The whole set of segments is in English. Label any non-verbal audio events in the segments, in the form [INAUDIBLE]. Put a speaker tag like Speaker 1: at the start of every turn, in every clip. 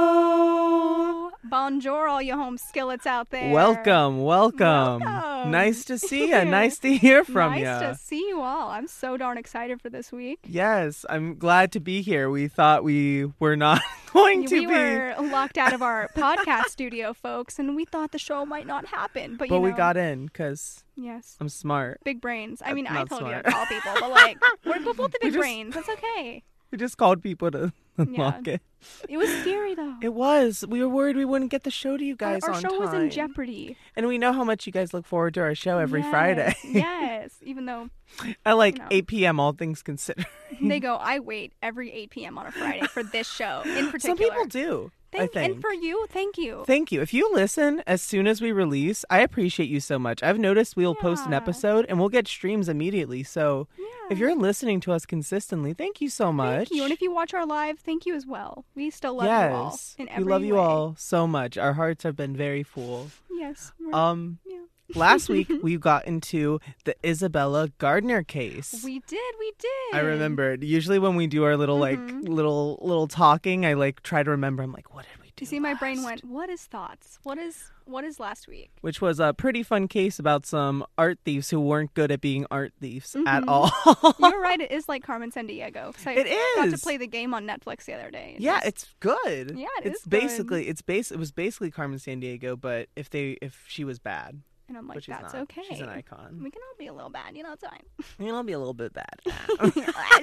Speaker 1: Hello.
Speaker 2: Bonjour, all you home skillets out there.
Speaker 1: Welcome, welcome.
Speaker 2: Welcome.
Speaker 1: Nice to see
Speaker 2: [LAUGHS]
Speaker 1: you. nice to hear from
Speaker 2: nice
Speaker 1: you.
Speaker 2: to see you all. I'm so darn excited for this week.
Speaker 1: Yes, I'm glad to be here. We thought we were not [LAUGHS] going to
Speaker 2: we
Speaker 1: be.
Speaker 2: were locked out
Speaker 1: [LAUGHS]
Speaker 2: of our podcast studio, folks, and we thought the show might not happen. But,
Speaker 1: But
Speaker 2: you
Speaker 1: we
Speaker 2: know,
Speaker 1: got in because
Speaker 2: yes,
Speaker 1: I'm smart.
Speaker 2: big brains. I
Speaker 1: I'm
Speaker 2: mean, I
Speaker 1: not
Speaker 2: told you
Speaker 1: smart.
Speaker 2: to call people,
Speaker 1: [LAUGHS]
Speaker 2: but like we're both the big
Speaker 1: just-
Speaker 2: brains. That's okay.
Speaker 1: We just called people to [LAUGHS] unlock it.
Speaker 2: It was scary though.
Speaker 1: It was. We were worried we wouldn't get the show to you
Speaker 2: Our-
Speaker 1: guys
Speaker 2: our
Speaker 1: on
Speaker 2: show
Speaker 1: time.
Speaker 2: was in jeopardy
Speaker 1: And we know how much you guys look forward to our show every
Speaker 2: Yes,
Speaker 1: Friday
Speaker 2: yes, even though
Speaker 1: [LAUGHS] at like
Speaker 2: know.
Speaker 1: 8 p.m. All things considered.
Speaker 2: they go, I wait every 8 p.m. on a Friday for this show in
Speaker 1: [LAUGHS]
Speaker 2: particular.
Speaker 1: Some people do. I
Speaker 2: Thank,
Speaker 1: think.
Speaker 2: And for you, thank you.
Speaker 1: Thank you. If you listen as soon as we release, I appreciate you so much. I've noticed we'll post an
Speaker 2: Yeah.
Speaker 1: episode and we'll get streams immediately. So
Speaker 2: yeah.
Speaker 1: if you're listening to us consistently, thank you so much.
Speaker 2: Thank you. And if you watch our live, thank you as well. We still love you all.
Speaker 1: yes,
Speaker 2: In every
Speaker 1: we love you
Speaker 2: way.
Speaker 1: all so much. Our hearts have been very full.
Speaker 2: Yes. we're-
Speaker 1: Um,
Speaker 2: yeah.
Speaker 1: last
Speaker 2: [LAUGHS]
Speaker 1: week we got into the Isabella Gardner case.
Speaker 2: We did. We did.
Speaker 1: I remembered. Usually when we do our little
Speaker 2: Mhm.
Speaker 1: like little little talking, I like try to remember. I'm like, what did we do?
Speaker 2: You see, my brain
Speaker 1: last?
Speaker 2: went, what is thoughts? What is what is
Speaker 1: [LAUGHS]
Speaker 2: last week?
Speaker 1: which was a pretty fun case about some art thieves who weren't good at being art thieves at
Speaker 2: Mhm.
Speaker 1: all.
Speaker 2: [LAUGHS] You're right. It is like Carmen Sandiego. 'cause I
Speaker 1: It
Speaker 2: got to
Speaker 1: is.
Speaker 2: play the game on Netflix the other day. and
Speaker 1: [LAUGHS] yeah,
Speaker 2: just-
Speaker 1: it's good.
Speaker 2: Yeah, it
Speaker 1: it's
Speaker 2: is good.
Speaker 1: basically it's base it was basically Carmen San Diego, but if they if she was bad,
Speaker 2: and I'm like,
Speaker 1: which she's
Speaker 2: that's
Speaker 1: not,
Speaker 2: okay.
Speaker 1: She's an icon.
Speaker 2: We can all be a little bad, you know. It's fine. [LAUGHS] Uh,
Speaker 1: I mean, I'll be a little bit bad.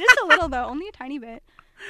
Speaker 2: Just a little though, only a tiny bit.
Speaker 1: [LAUGHS]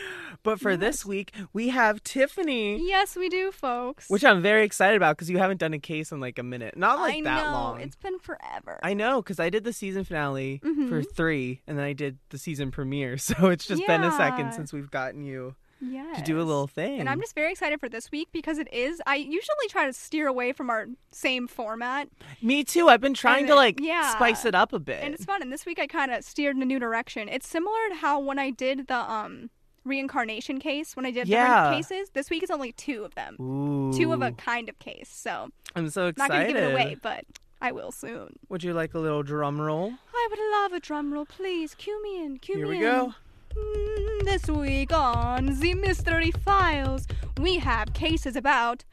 Speaker 1: but for this week, we have Tiffany,
Speaker 2: Yes, we do, folks.
Speaker 1: which I'm very excited about because you haven't done a case in like a minute, not like
Speaker 2: I
Speaker 1: that
Speaker 2: know
Speaker 1: long.
Speaker 2: it's been forever.
Speaker 1: I know because I did the season finale
Speaker 2: Mm-hmm.
Speaker 1: for three, and then I did the season premiere, [LAUGHS] so it's just been a
Speaker 2: Yeah.
Speaker 1: second since we've gotten you
Speaker 2: yes.
Speaker 1: to do a little thing.
Speaker 2: And I'm just very excited for this week because it is. I usually try to steer away from our same format,
Speaker 1: Me too. I've been trying
Speaker 2: And
Speaker 1: to
Speaker 2: it-
Speaker 1: like
Speaker 2: yeah.
Speaker 1: spice it up a bit.
Speaker 2: and it's fun. And this week I kind of steered in a new direction. It's similar to how when I did the um reincarnation case, when I did
Speaker 1: Yeah.
Speaker 2: different cases. This week is only two of them,
Speaker 1: Ooh,
Speaker 2: two of a kind of case. So
Speaker 1: I'm so
Speaker 2: I'm not
Speaker 1: excited.
Speaker 2: going to give it away, but I will soon.
Speaker 1: Would you like a little drum roll?
Speaker 2: I would love a drum roll, please. Cue me in. Cue
Speaker 1: Here
Speaker 2: me
Speaker 1: we
Speaker 2: in.
Speaker 1: go.
Speaker 2: Mm, This week on the Mystery Files, we have cases about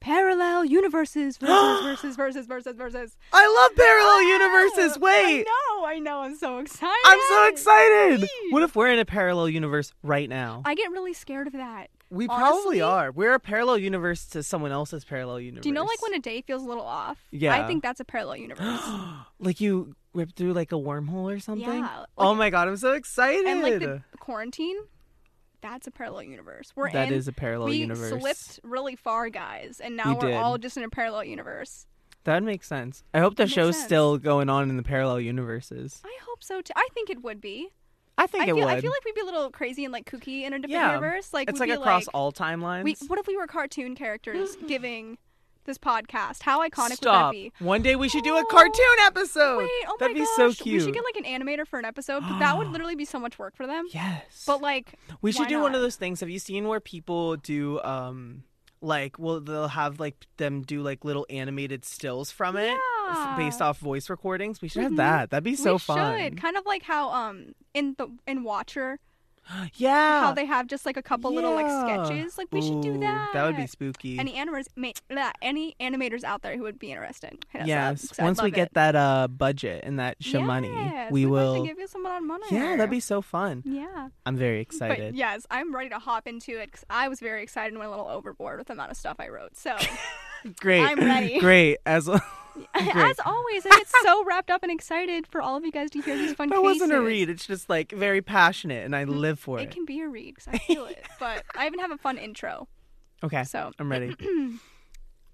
Speaker 2: parallel universes
Speaker 1: [GASPS]
Speaker 2: versus versus versus versus versus.
Speaker 1: I love parallel universes.
Speaker 2: Oh,
Speaker 1: Wait,
Speaker 2: I know, I know. I'm so excited.
Speaker 1: I'm so excited. What if we're in a parallel universe right now?
Speaker 2: I get really scared of that.
Speaker 1: we
Speaker 2: honestly-
Speaker 1: probably are. We're a parallel universe to someone else's parallel universe.
Speaker 2: Do you know, like, when a day feels a little off? I
Speaker 1: Yeah.
Speaker 2: think that's a parallel universe.
Speaker 1: [GASPS] like you whip through like a wormhole or something?
Speaker 2: Yeah,
Speaker 1: oh my god, I'm so excited.
Speaker 2: and, like, the quarantine, that's a parallel universe. We're
Speaker 1: that
Speaker 2: in.
Speaker 1: is a parallel
Speaker 2: we
Speaker 1: universe.
Speaker 2: slipped really far, guys, and now
Speaker 1: We
Speaker 2: are
Speaker 1: did.
Speaker 2: all just in a parallel universe.
Speaker 1: That makes sense. I hope the
Speaker 2: Makes
Speaker 1: show's
Speaker 2: sense.
Speaker 1: still going on in the parallel universes.
Speaker 2: I hope so too. I think it would be.
Speaker 1: I think
Speaker 2: I
Speaker 1: it
Speaker 2: feel
Speaker 1: would.
Speaker 2: I feel like we'd be a little crazy and like kooky in a different
Speaker 1: Yeah.
Speaker 2: universe. Like
Speaker 1: it's
Speaker 2: we'd
Speaker 1: like
Speaker 2: be
Speaker 1: across
Speaker 2: like,
Speaker 1: all timelines.
Speaker 2: we, what if we were
Speaker 1: [GASPS]
Speaker 2: cartoon characters giving this podcast? How iconic
Speaker 1: Stop.
Speaker 2: would that be?
Speaker 1: One day we should do a
Speaker 2: Oh,
Speaker 1: cartoon episode.
Speaker 2: Wait, oh
Speaker 1: That'd
Speaker 2: my
Speaker 1: be so
Speaker 2: gosh,
Speaker 1: cute.
Speaker 2: we should get like an animator for an episode, but that
Speaker 1: [GASPS]
Speaker 2: would literally be so much work for them.
Speaker 1: yes.
Speaker 2: But like,
Speaker 1: we should
Speaker 2: why
Speaker 1: do one
Speaker 2: not?
Speaker 1: of those things. Have you seen where people do um like well they'll have like them do like little animated stills from it
Speaker 2: Yeah.
Speaker 1: f- based off voice recordings? We should
Speaker 2: Mhm.
Speaker 1: have that. That'd be so
Speaker 2: we
Speaker 1: fun.
Speaker 2: should kind of like how um in the in Watcher
Speaker 1: Yeah.
Speaker 2: how they have just like a couple little like
Speaker 1: Yeah.
Speaker 2: sketches. Like we should do
Speaker 1: Ooh,
Speaker 2: that.
Speaker 1: That would be spooky.
Speaker 2: any animators ma- bleh, any animators out there who would be interested. Hit us
Speaker 1: yes.
Speaker 2: up, 'cause I'd
Speaker 1: Once we
Speaker 2: love
Speaker 1: get
Speaker 2: it.
Speaker 1: that uh budget and that show money,
Speaker 2: Yes,
Speaker 1: we
Speaker 2: we'd like
Speaker 1: will
Speaker 2: to give you some of that money.
Speaker 1: Yeah, that'd be so fun.
Speaker 2: Yeah,
Speaker 1: I'm very
Speaker 2: but [LAUGHS]
Speaker 1: excited.
Speaker 2: yes, I'm ready to hop into it because I was very excited and went a little overboard with the amount of stuff I wrote.
Speaker 1: [LAUGHS]
Speaker 2: So, [LAUGHS]
Speaker 1: Great.
Speaker 2: I'm ready.
Speaker 1: [LAUGHS] Great. As
Speaker 2: as always, I get so wrapped up and excited for all of you guys to hear these fun.
Speaker 1: That wasn't a
Speaker 2: cases.
Speaker 1: read. It's just like very passionate, and I
Speaker 2: Mm-hmm.
Speaker 1: live for
Speaker 2: It
Speaker 1: it.
Speaker 2: can be a read because I
Speaker 1: [LAUGHS]
Speaker 2: feel it, but I even have a fun intro.
Speaker 1: Okay,
Speaker 2: So
Speaker 1: I'm
Speaker 2: [CLEARS THROAT]
Speaker 1: ready.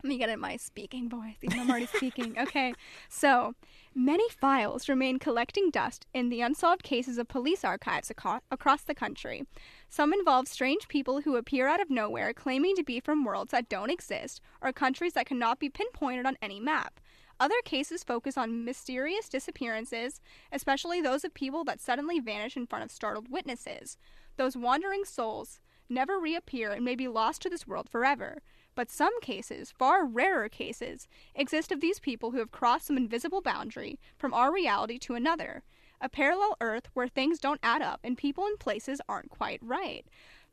Speaker 2: Let me get in my speaking voice, even though I'm already speaking. [LAUGHS] Okay, so many files remain collecting dust in the unsolved cases of police archives aco- across the country. Some involve strange people who appear out of nowhere claiming to be from worlds that don't exist or countries that cannot be pinpointed on any map. Other cases focus on mysterious disappearances, especially those of people that suddenly vanish in front of startled witnesses. Those wandering souls never reappear and may be lost to this world forever. But some cases, far rarer cases, exist of these people who have crossed some invisible boundary from our reality to another, a parallel earth where things don't add up and people and places aren't quite right.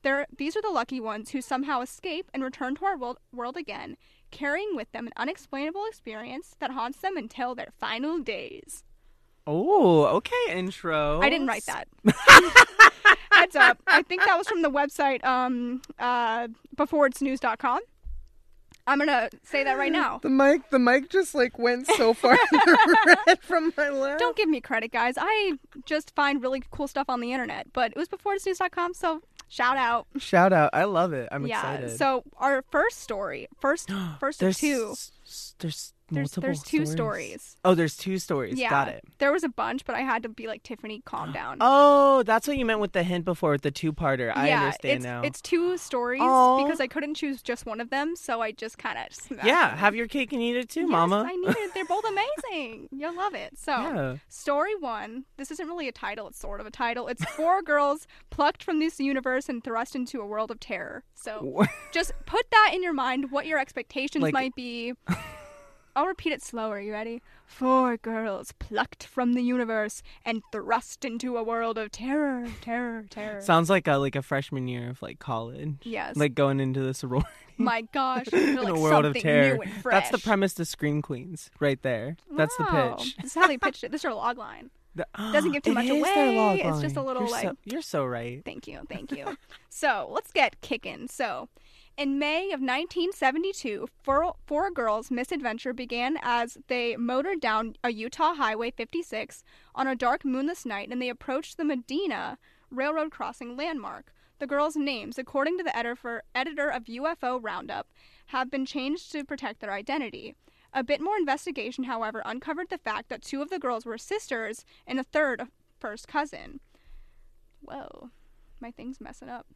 Speaker 2: They're, these are the lucky ones who somehow escape and return to our world, world again, carrying with them an unexplainable experience that haunts them until their final days.
Speaker 1: Oh, okay, intro.
Speaker 2: I didn't write that. Heads up. I think that was from the website um, uh, beforeitsnews.com. I'm going to say that right now.
Speaker 3: The mic, the mic just like went
Speaker 2: [LAUGHS]
Speaker 3: so far in the red from my left.
Speaker 2: Don't give me credit, guys. I just find really cool stuff on the internet, but it was beforeitsnews.com, so shout out.
Speaker 1: Shout out. I love it. I'm
Speaker 2: yeah.
Speaker 1: excited.
Speaker 2: So our first story,
Speaker 1: [GASPS]
Speaker 2: first first of
Speaker 1: there's
Speaker 2: two.
Speaker 1: s- s- there's
Speaker 2: There's
Speaker 1: multiple
Speaker 2: there's two stories.
Speaker 1: Oh, there's two stories.
Speaker 2: Yeah.
Speaker 1: Got it.
Speaker 2: There was a bunch, but I had to be like Tiffany,
Speaker 1: [GASPS]
Speaker 2: calm down.
Speaker 1: Oh, that's what you meant with the hint before with the two-parter. I
Speaker 2: yeah,
Speaker 1: understand
Speaker 2: it's,
Speaker 1: now.
Speaker 2: It's two stories
Speaker 1: Aw.
Speaker 2: because I couldn't choose just one of them, so I just [LAUGHS] kind of
Speaker 1: yeah, have your cake and eat it too, Mama.
Speaker 2: I need it.
Speaker 1: [LAUGHS]
Speaker 2: They're both amazing. You'll love it. So.
Speaker 1: yeah.
Speaker 2: Story one. This isn't really a title, it's sort of a title. It's
Speaker 1: [LAUGHS]
Speaker 2: four girls plucked from this universe and thrust into a world of terror. So just put that in your mind, what your expectations
Speaker 1: Like- [LAUGHS]
Speaker 2: might be. I'll repeat it slower. You ready? Four girls plucked from the universe and thrust into a world of terror, terror,
Speaker 1: [LAUGHS]
Speaker 2: terror.
Speaker 1: Sounds like a like a freshman year of like college.
Speaker 2: yes.
Speaker 1: Like going into the sorority.
Speaker 2: [LAUGHS] My
Speaker 1: [LAUGHS]
Speaker 2: gosh. they're
Speaker 1: in
Speaker 2: like
Speaker 1: a world of
Speaker 2: something
Speaker 1: terror.
Speaker 2: new and
Speaker 1: That's the
Speaker 2: fresh.
Speaker 1: premise to Scream Queens right there. That's the
Speaker 2: Wow.
Speaker 1: pitch.
Speaker 2: This is how
Speaker 1: [LAUGHS]
Speaker 2: they pitched it. This is their log line.
Speaker 1: The- [GASPS]
Speaker 2: Doesn't give too
Speaker 1: It
Speaker 2: much
Speaker 1: is their
Speaker 2: away.
Speaker 1: log
Speaker 2: It's just a
Speaker 1: line.
Speaker 2: little,
Speaker 1: You're
Speaker 2: like-
Speaker 1: so, you're so right.
Speaker 2: Thank you, thank you. [LAUGHS] so let's get kicking. So, in May of 1972, four, four girls' misadventure began as they motored down a Utah Highway 56 on a dark, moonless night, and they approached the Medina Railroad crossing landmark. The girls' names, according to the editor, editor of UFO Roundup, have been changed to protect their identity. A bit more investigation, however, uncovered the fact that two of the girls were sisters and a third a first cousin. Whoa, my thing's messing up.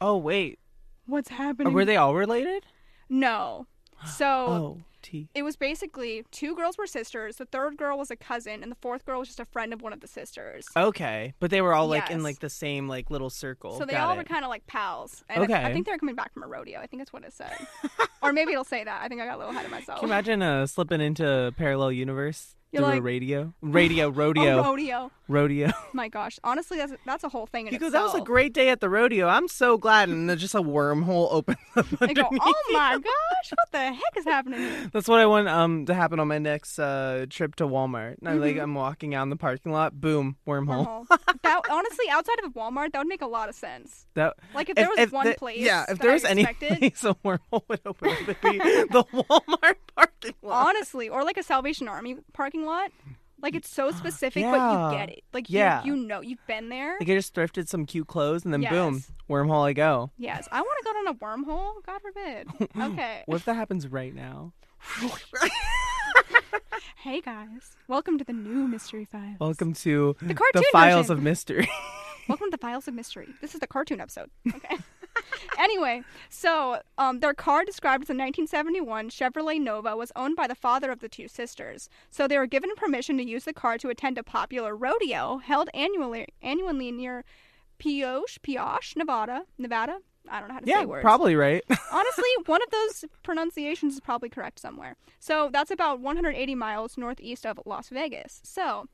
Speaker 1: Oh wait,
Speaker 2: What's
Speaker 1: Uh,
Speaker 2: happening?
Speaker 1: were they all related? [GASPS]
Speaker 2: No. So
Speaker 1: Oh, T.
Speaker 2: it was basically two girls were sisters, the third girl was a cousin, and the fourth girl was just a friend of one of the sisters.
Speaker 1: Okay, but they were all like in
Speaker 2: Yes.
Speaker 1: like the same like little circle.
Speaker 2: So they
Speaker 1: Oh, Got
Speaker 2: all
Speaker 1: it.
Speaker 2: were kind of like pals. And I- I,
Speaker 1: Okay.
Speaker 2: think they're coming back from a rodeo. I think that's what it said.
Speaker 1: [LAUGHS]
Speaker 2: or maybe it'll say that. I think I got a little ahead of myself.
Speaker 1: Can you imagine uh, slipping into a parallel universe
Speaker 2: You're
Speaker 1: through a
Speaker 2: like- [LAUGHS]
Speaker 1: radio, radio, rodeo,
Speaker 2: Oh, rodeo.
Speaker 1: rodeo?
Speaker 2: My gosh. Honestly, that's that's a whole thing in
Speaker 1: You go. That was a
Speaker 2: itself."
Speaker 1: great day at the rodeo. I'm so glad. And
Speaker 3: And then just a
Speaker 1: [LAUGHS]
Speaker 3: wormhole opens up.
Speaker 2: I go, oh my gosh, what the heck is
Speaker 1: [LAUGHS]
Speaker 2: happening? here?"
Speaker 1: that's what I want um to happen on my next uh trip to Walmart. And I'm like,
Speaker 2: Mhm.
Speaker 1: I'm walking out in the parking lot. Boom, wormhole.
Speaker 2: Wormhole. Oh. that honestly, outside of Walmart, that would make a lot of sense.
Speaker 1: That
Speaker 2: Like if there was one
Speaker 1: the-
Speaker 2: place,
Speaker 1: yeah, if
Speaker 2: that
Speaker 1: there
Speaker 2: I
Speaker 1: was any [LAUGHS]
Speaker 2: respected-
Speaker 1: place a wormhole would open, it would
Speaker 2: [LAUGHS]
Speaker 1: be the Walmart parking lot. [LAUGHS]
Speaker 2: honestly, or like a Salvation Army parking lot. Like it's
Speaker 1: [GASPS]
Speaker 2: so specific, but
Speaker 1: Yeah.
Speaker 2: you get it. Like
Speaker 1: Yeah.
Speaker 2: you, you know, you've been there.
Speaker 1: Like I just thrifted some cute clothes and then boom,
Speaker 2: Yes.
Speaker 1: wormhole I go.
Speaker 2: Yes, I want to go down a wormhole.
Speaker 1: [LAUGHS]
Speaker 2: God forbid. Okay.
Speaker 1: What if that happens right
Speaker 2: [LAUGHS]
Speaker 1: now?
Speaker 2: hey guys, welcome to the new mystery files.
Speaker 1: Welcome to
Speaker 2: The cartoon
Speaker 1: files
Speaker 2: version.
Speaker 1: of mystery.
Speaker 2: Welcome to the Files of Mystery. This is the cartoon episode. Okay. [LAUGHS] anyway, so um, their car, described as a 1971 Chevrolet Nova, was owned by the father of the two sisters. So they were given permission to use the car to attend a popular rodeo held annually, annually near Pioche, Pioche, Nevada, Nevada. I don't know how to
Speaker 1: yeah,
Speaker 2: say words.
Speaker 1: probably right.
Speaker 2: Honestly, one of those pronunciations is probably correct somewhere. So that's about 180 miles northeast of Las Vegas. So,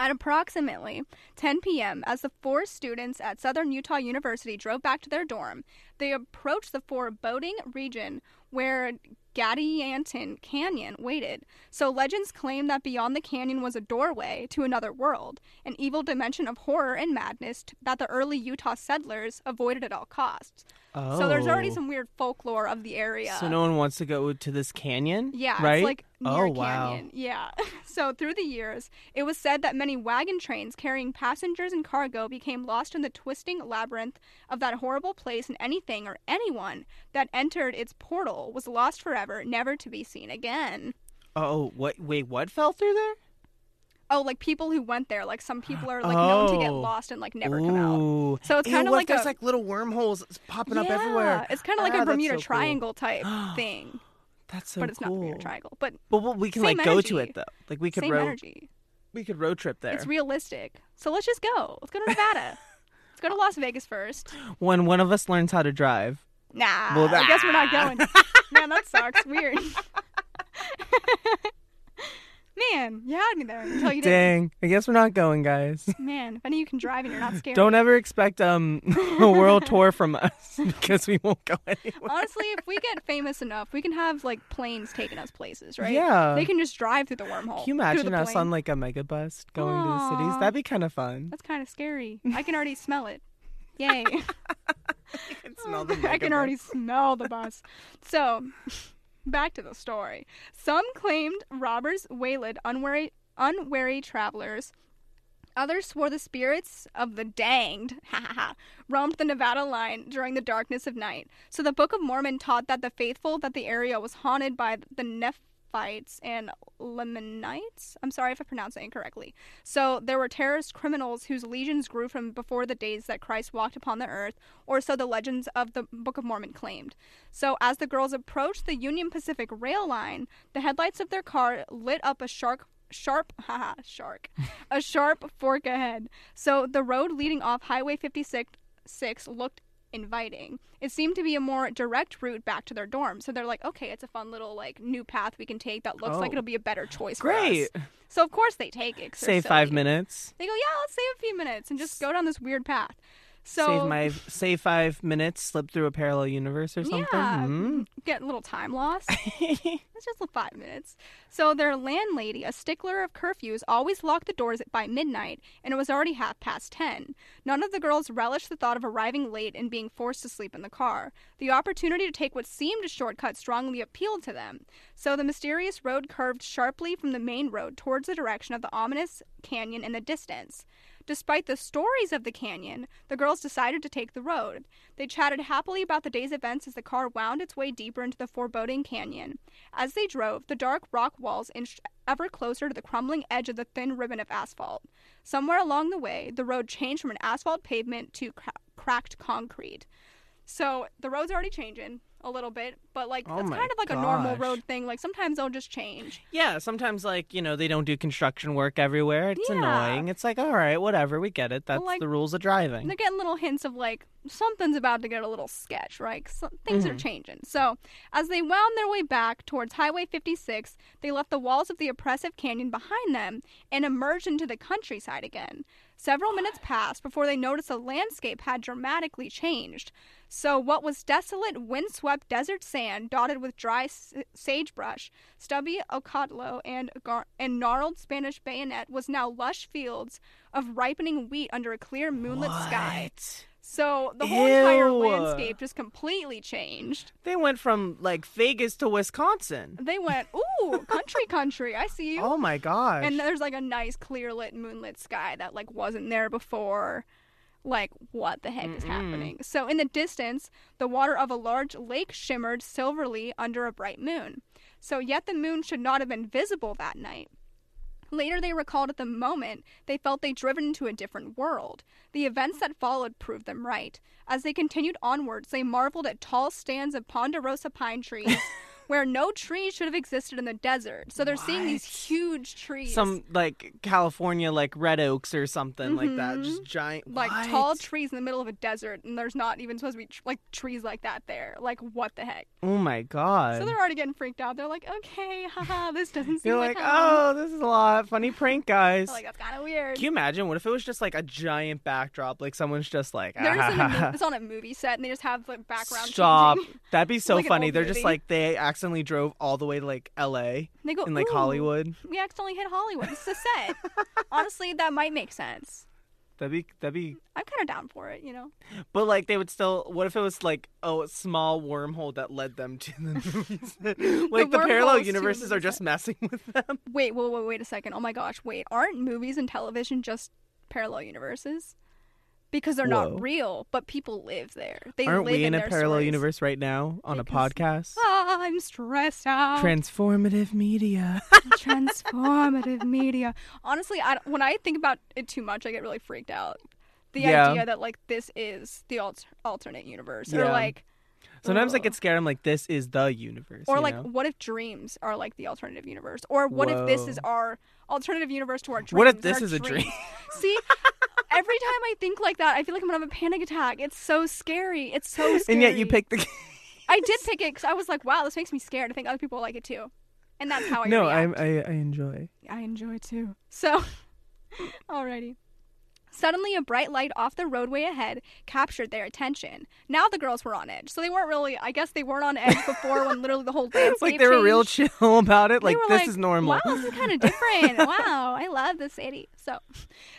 Speaker 2: at approximately 10 p.m., as the four students at Southern Utah University drove back to their dorm, they approached the foreboding region where Gadianton Canyon waited. So, legends claim that beyond the canyon was a doorway to another world, an evil dimension of horror and madness t- that the early Utah settlers avoided at all costs.
Speaker 1: Oh.
Speaker 2: So there's already some weird folklore of the area.
Speaker 1: So no one wants to go to this canyon?
Speaker 2: yeah,
Speaker 1: Right?
Speaker 2: it's like
Speaker 1: oh
Speaker 2: near a
Speaker 1: wow.
Speaker 2: canyon. Yeah. [LAUGHS] So through the years, it was said that many wagon trains carrying passengers and cargo became lost in the twisting labyrinth of that horrible place, and anything or anyone that entered its portal was lost forever, never to be seen again.
Speaker 1: Oh what wait, what fell through there?
Speaker 2: Oh, like people who went there, like some people are like known to get
Speaker 1: Oh.
Speaker 2: lost and like never
Speaker 1: Ooh.
Speaker 2: come out. So it's kind of like
Speaker 3: there's
Speaker 2: a
Speaker 3: like little wormholes popping up
Speaker 2: yeah,
Speaker 3: everywhere.
Speaker 2: It's kind of like
Speaker 3: Ah,
Speaker 2: a
Speaker 3: that's
Speaker 2: Bermuda
Speaker 3: so cool.
Speaker 1: [GASPS]
Speaker 2: Triangle type thing,
Speaker 1: That's so
Speaker 2: but it's
Speaker 1: cool.
Speaker 2: not Bermuda Triangle. But
Speaker 1: But well, we can
Speaker 2: Same
Speaker 1: like go to
Speaker 2: energy.
Speaker 1: it though. Like we could
Speaker 2: same
Speaker 1: road
Speaker 2: energy.
Speaker 1: we could road trip there.
Speaker 2: It's realistic. So let's just go. Let's go to
Speaker 1: [LAUGHS]
Speaker 2: Nevada. let's go to Las Vegas first.
Speaker 1: when one of us learns how to drive.
Speaker 2: Nah.
Speaker 1: Well,
Speaker 2: I guess we're not [LAUGHS]
Speaker 1: nah.
Speaker 2: going. Man, that sucks. Weird. [LAUGHS] man, you had me there until Oh, you did.
Speaker 1: Dang. I guess we're not going, guys.
Speaker 2: not Man, if any of you can drive and you're not scared.
Speaker 1: Don't ever [LAUGHS] expect um [LAUGHS] a world tour from us [LAUGHS] because we won't go anywhere.
Speaker 2: [LAUGHS] Honestly, if we get famous enough, we can have like planes taking us places, right?
Speaker 1: Yeah.
Speaker 2: They can just drive through the
Speaker 1: Can
Speaker 2: wormhole.
Speaker 1: you
Speaker 2: through
Speaker 1: imagine
Speaker 2: the
Speaker 1: us
Speaker 2: plane.
Speaker 1: on like a mega bus going to the cities?
Speaker 2: Aw.
Speaker 1: That'd be kind of fun.
Speaker 2: That's kind of scary. I can already smell it. Yay. [LAUGHS]
Speaker 1: [LAUGHS]
Speaker 2: [LAUGHS] I can already smell the bus. So, [LAUGHS] back to the story. Some claimed robbers waylaid unwary, unwary travelers. Others swore the spirits of the danged [LAUGHS] ha, ha, ha, roamed the Nevada line during the darkness of night. So the Book of Mormon taught that the faithful that the area was haunted by the Nephites and Lamanites. I'm sorry if I pronounce it incorrectly. So there were terrorist criminals whose legions grew from before the days that Christ walked upon the earth, or so the legends of the Book of Mormon claimed. So as the girls approached the Union Pacific rail line, the headlights of their car lit up a shark sharp [LAUGHS] haha shark a sharp fork ahead. So the road leading off Highway 56 six looked inviting. It seemed to be a more direct route back to their dorm. So they're like, okay, it's a fun little like new path we can take that looks like
Speaker 1: Oh.
Speaker 2: it'll be a better choice. for us."
Speaker 1: Great.
Speaker 2: So of course they take it. 'cause they're
Speaker 1: Save five
Speaker 2: silly.
Speaker 1: minutes.
Speaker 2: They go, yeah, let's save a few minutes and just go down this weird path. So
Speaker 1: save my save five minutes. Slip through a parallel universe or something.
Speaker 2: yeah,
Speaker 1: Hmm?
Speaker 2: get a little time
Speaker 1: [LAUGHS]
Speaker 2: loss. [LAUGHS] it's just like five minutes. So their landlady, a stickler of curfews, always locked the doors by midnight, and it was already half past ten. None of the girls relished the thought of arriving late and being forced to sleep in the car. The opportunity to take what seemed a shortcut strongly appealed to them. So the mysterious road curved sharply from the main road towards the direction of the ominous canyon in the distance. Despite the stories of the canyon, the girls decided to take the road. They chatted happily about the day's events as the car wound its way deeper into the foreboding canyon. As they drove, the dark rock walls inched ever closer to the crumbling edge of the thin ribbon of asphalt. Somewhere along the way, the road changed from an asphalt pavement to cra- cracked concrete. So the road's already changing a little bit, but like
Speaker 1: Oh
Speaker 2: that's
Speaker 1: my
Speaker 2: kind of like a normal
Speaker 1: gosh.
Speaker 2: road thing. Like sometimes they'll just change.
Speaker 1: Yeah, sometimes like, you know, they don't do construction work everywhere. It's
Speaker 2: Yeah.
Speaker 1: annoying. It's like, all right, whatever, we get it. That's
Speaker 2: like-
Speaker 1: the rules of driving.
Speaker 2: And they're getting little hints of like something's about to get a little sketch, right? 'Cause some- things are changing. So, as they wound their way back towards Highway 56, they left the walls of the oppressive canyon behind them and emerged into the countryside again. Several minutes passed before they noticed the landscape had dramatically changed. So, what was desolate, windswept desert sand dotted with dry s- sagebrush, stubby ocotlo, and, gar- and gnarled Spanish bayonet was now lush fields of ripening wheat under a clear moonlit sky.
Speaker 1: What?
Speaker 2: So the whole entire
Speaker 1: Ew.
Speaker 2: landscape just completely changed.
Speaker 1: They went from like Vegas to Wisconsin.
Speaker 2: They went, ooh, country, country, I see you.
Speaker 1: Oh my gosh.
Speaker 2: And there's like a nice clear lit moonlit sky that like wasn't there before. Like what the heck is
Speaker 1: Mm-mm.
Speaker 2: happening? So in the distance, the water of a large lake shimmered silverly under a bright moon. So yet the moon should not have been visible that night. Later they recalled at the moment they felt they'd driven into a different world. The events that followed proved them right. As they continued onwards, they marveled at tall stands of ponderosa pine trees
Speaker 1: [LAUGHS]
Speaker 2: where no trees should have existed in the desert. So they're seeing these
Speaker 1: What?
Speaker 2: huge trees.
Speaker 1: Some like California like red oaks or something like that.
Speaker 2: Mhm.
Speaker 1: Just giant
Speaker 2: like tall
Speaker 1: what?
Speaker 2: trees in the middle of a desert and there's not even supposed to be tr- like trees like that there. Like what the heck?
Speaker 1: Oh my god.
Speaker 2: So they're already getting freaked out. They're like, "Okay,
Speaker 1: [LAUGHS]
Speaker 2: haha, this doesn't seem
Speaker 1: You're
Speaker 2: like,
Speaker 1: like,
Speaker 2: home."
Speaker 1: oh, this is a lot. Funny prank, guys.
Speaker 2: They're like that's kind of weird."
Speaker 1: Can you imagine? What if it was just like a giant backdrop? Like someone's just like,
Speaker 2: They're just in a mo-
Speaker 1: [LAUGHS] "Ah,
Speaker 2: it's on a movie set and they just have like background
Speaker 1: Stop.
Speaker 2: changing. [LAUGHS]
Speaker 1: That'd be so
Speaker 2: Like an
Speaker 1: funny.
Speaker 2: old
Speaker 1: They're
Speaker 2: movie.
Speaker 1: just like they accidentally drove all the way to like LA
Speaker 2: And they go
Speaker 1: in like
Speaker 2: "Ooh,
Speaker 1: Hollywood.
Speaker 2: We accidentally hit Hollywood. This is a
Speaker 1: [LAUGHS]
Speaker 2: set. Honestly, that might make sense.
Speaker 1: That'd be that'd be
Speaker 2: I'm kind of down for it, you know.
Speaker 1: but like they would still what if it was like a small wormhole that led them to the
Speaker 2: [LAUGHS]
Speaker 1: movies? [LAUGHS] like the,
Speaker 2: wormholes
Speaker 1: parallel
Speaker 2: to
Speaker 1: universes are
Speaker 2: movies.
Speaker 1: just messing with them.
Speaker 2: Wait, wait, wait, wait a second. Oh my gosh, wait. Aren't movies and television just parallel universes? Because they're
Speaker 1: Whoa.
Speaker 2: not real, but people live there. They
Speaker 1: Aren't
Speaker 2: live
Speaker 1: we in, a
Speaker 2: their
Speaker 1: parallel
Speaker 2: stories.
Speaker 1: universe right now on
Speaker 2: Because-
Speaker 1: a podcast?
Speaker 2: Ah, I'm stressed out.
Speaker 1: Transformative media.
Speaker 2: [LAUGHS] Transformative media. Honestly, I, when I think about it too much, I get really freaked out. The
Speaker 1: Yeah.
Speaker 2: idea that like this is the alter- alternate universe, or
Speaker 1: Yeah.
Speaker 2: like
Speaker 1: Sometimes I
Speaker 2: Ugh.
Speaker 1: get scared. I'm like, this is the universe.
Speaker 2: Oh. Or
Speaker 1: you
Speaker 2: like,
Speaker 1: know?
Speaker 2: what if dreams are like the alternative universe? Or what if this is
Speaker 1: Whoa.
Speaker 2: our alternative universe to our dreams?
Speaker 1: What if
Speaker 2: and
Speaker 1: this
Speaker 2: our
Speaker 1: is a dream?
Speaker 2: dreams? See, every time I think like that, I feel like I'm gonna have a panic attack. It's so scary. It's so scary.
Speaker 1: and yet you pick the
Speaker 2: I did pick it because I was like, wow, this makes me scared. I think other people will like it too. and that's how I
Speaker 1: no,
Speaker 2: react.
Speaker 1: I, I I enjoy.
Speaker 2: I enjoy too. So, [LAUGHS] alrighty. Suddenly, a bright light off the roadway ahead captured their attention. Now the girls were on edge. So they weren't really, I guess they weren't on edge before when literally the whole
Speaker 1: [LAUGHS]
Speaker 2: landscape
Speaker 1: Like they were real
Speaker 2: changed.
Speaker 1: chill [LAUGHS] about it.
Speaker 2: They
Speaker 1: Like
Speaker 2: were
Speaker 1: this is normal.
Speaker 2: Wow, this is kind
Speaker 1: [LAUGHS]
Speaker 2: of different. wow, I love this city. So